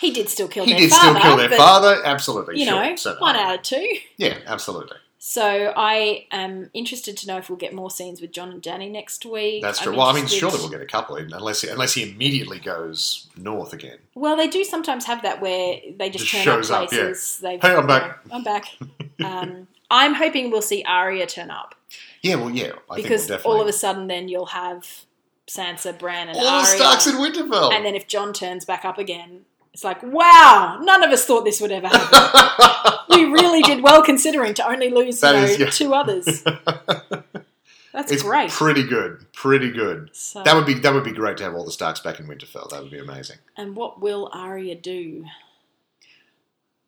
S1: He did still kill
S2: He
S1: their
S2: did
S1: father.
S2: still kill their
S1: but,
S2: father, absolutely.
S1: You
S2: sure,
S1: know,
S2: certainly.
S1: one out of two.
S2: Yeah, absolutely.
S1: So I am interested to know if we'll get more scenes with John and Danny next week.
S2: That's
S1: I'm
S2: true. Well, I mean,
S1: interested-
S2: surely we'll get a couple in, unless he, unless he immediately goes north again.
S1: Well, they do sometimes have that where they just, turn
S2: Just shows
S1: up
S2: up, yeah.
S1: places. They've,
S2: Hey, I'm back.
S1: I'm
S2: (laughs)
S1: back. um, I'm hoping we'll see Arya turn up
S2: Yeah, well, yeah.
S1: because
S2: I think we'll definitely.
S1: all of a sudden, then you'll have Sansa, Bran, and
S2: all the
S1: Arya.
S2: Starks in Winterfell.
S1: and then if John turns back up again, it's like, wow, none of us thought this would ever
S2: (laughs)
S1: happen. we really did well considering to only lose you
S2: That
S1: know,
S2: is, yeah.
S1: two
S2: (laughs)
S1: others. That's
S2: (laughs) it's
S1: great.
S2: pretty good. Pretty good.
S1: so,
S2: That would be that would be great to have all the Starks back in Winterfell. That would be amazing.
S1: and what will Arya do?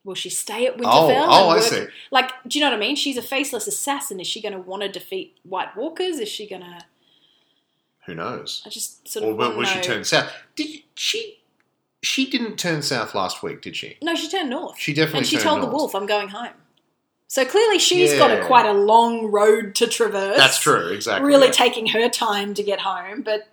S1: Will she stay at Winterfell?
S2: Oh, oh, I
S1: and
S2: see.
S1: Like, do you know what I mean? She's a faceless assassin. Is she going to want to defeat White Walkers? Is she going to?
S2: Who knows?
S1: I just sort
S2: Or
S1: of.
S2: will,
S1: wanna
S2: will she
S1: know-
S2: turn south? Did you- she? She didn't turn south last week, did she?
S1: No, she turned north.
S2: She definitely
S1: and she
S2: turned
S1: told
S2: north.
S1: the wolf, "I'm going home." So clearly, she's got a,
S2: Yeah.
S1: quite a long road to traverse.
S2: That's true. Exactly.
S1: Really
S2: yeah.
S1: taking her time to get home, but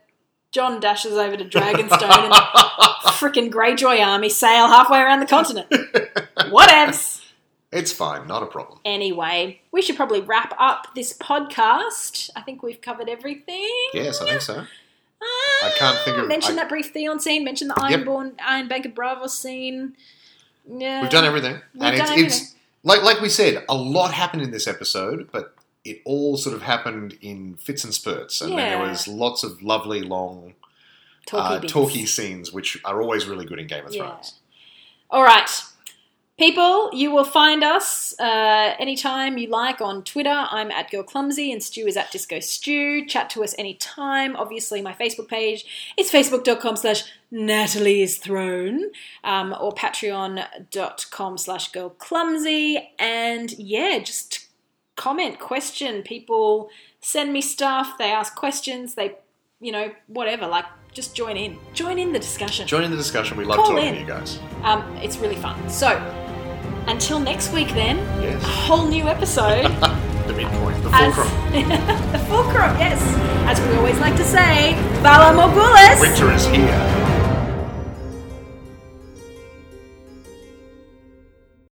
S1: John dashes over to Dragonstone
S2: (laughs)
S1: and the frickin' Greyjoy army sail halfway around the
S2: (laughs)
S1: continent. Whatevs.
S2: it's fine. Not a problem.
S1: Anyway, we should probably wrap up this podcast. I think we've covered everything.
S2: Yes, I think so.
S1: Ah,
S2: I can't think of-
S1: Mention
S2: I-
S1: that brief Theon scene. Mention the
S2: Yep.
S1: Ironborn Iron Bank of Bravo scene. Yeah, um,
S2: We've done everything,
S1: We've
S2: and it's,
S1: done
S2: it's like like we said, a lot happened in this episode, but it all sort of happened in fits and spurts, and then there
S1: Yeah.
S2: was lots of lovely long
S1: Talky
S2: uh,
S1: bits.
S2: talky scenes, which are always really good in Game of
S1: Yeah.
S2: Thrones.
S1: All right. People, you will find us uh, anytime you like on Twitter. I'm at Girl Clumsy and Stu is at Disco Stew. Chat to us anytime. Obviously, my Facebook page is facebook.com slash Natalie's Throne um, or patreon.com slash Girl Clumsy. And yeah, just comment, question. People send me stuff. They ask questions. They, you know, whatever. Like, just join in. Join in the discussion.
S2: Join in the discussion. We love
S1: Call
S2: talking
S1: in.
S2: to you guys.
S1: Um, it's really fun. So, until next week, then, a
S2: Yes.
S1: whole new episode.
S2: The midpoint, the
S1: as,
S2: fulcrum.
S1: (laughs) the fulcrum, yes. As we always like to say, Bala Mogulis.
S2: Winter is here.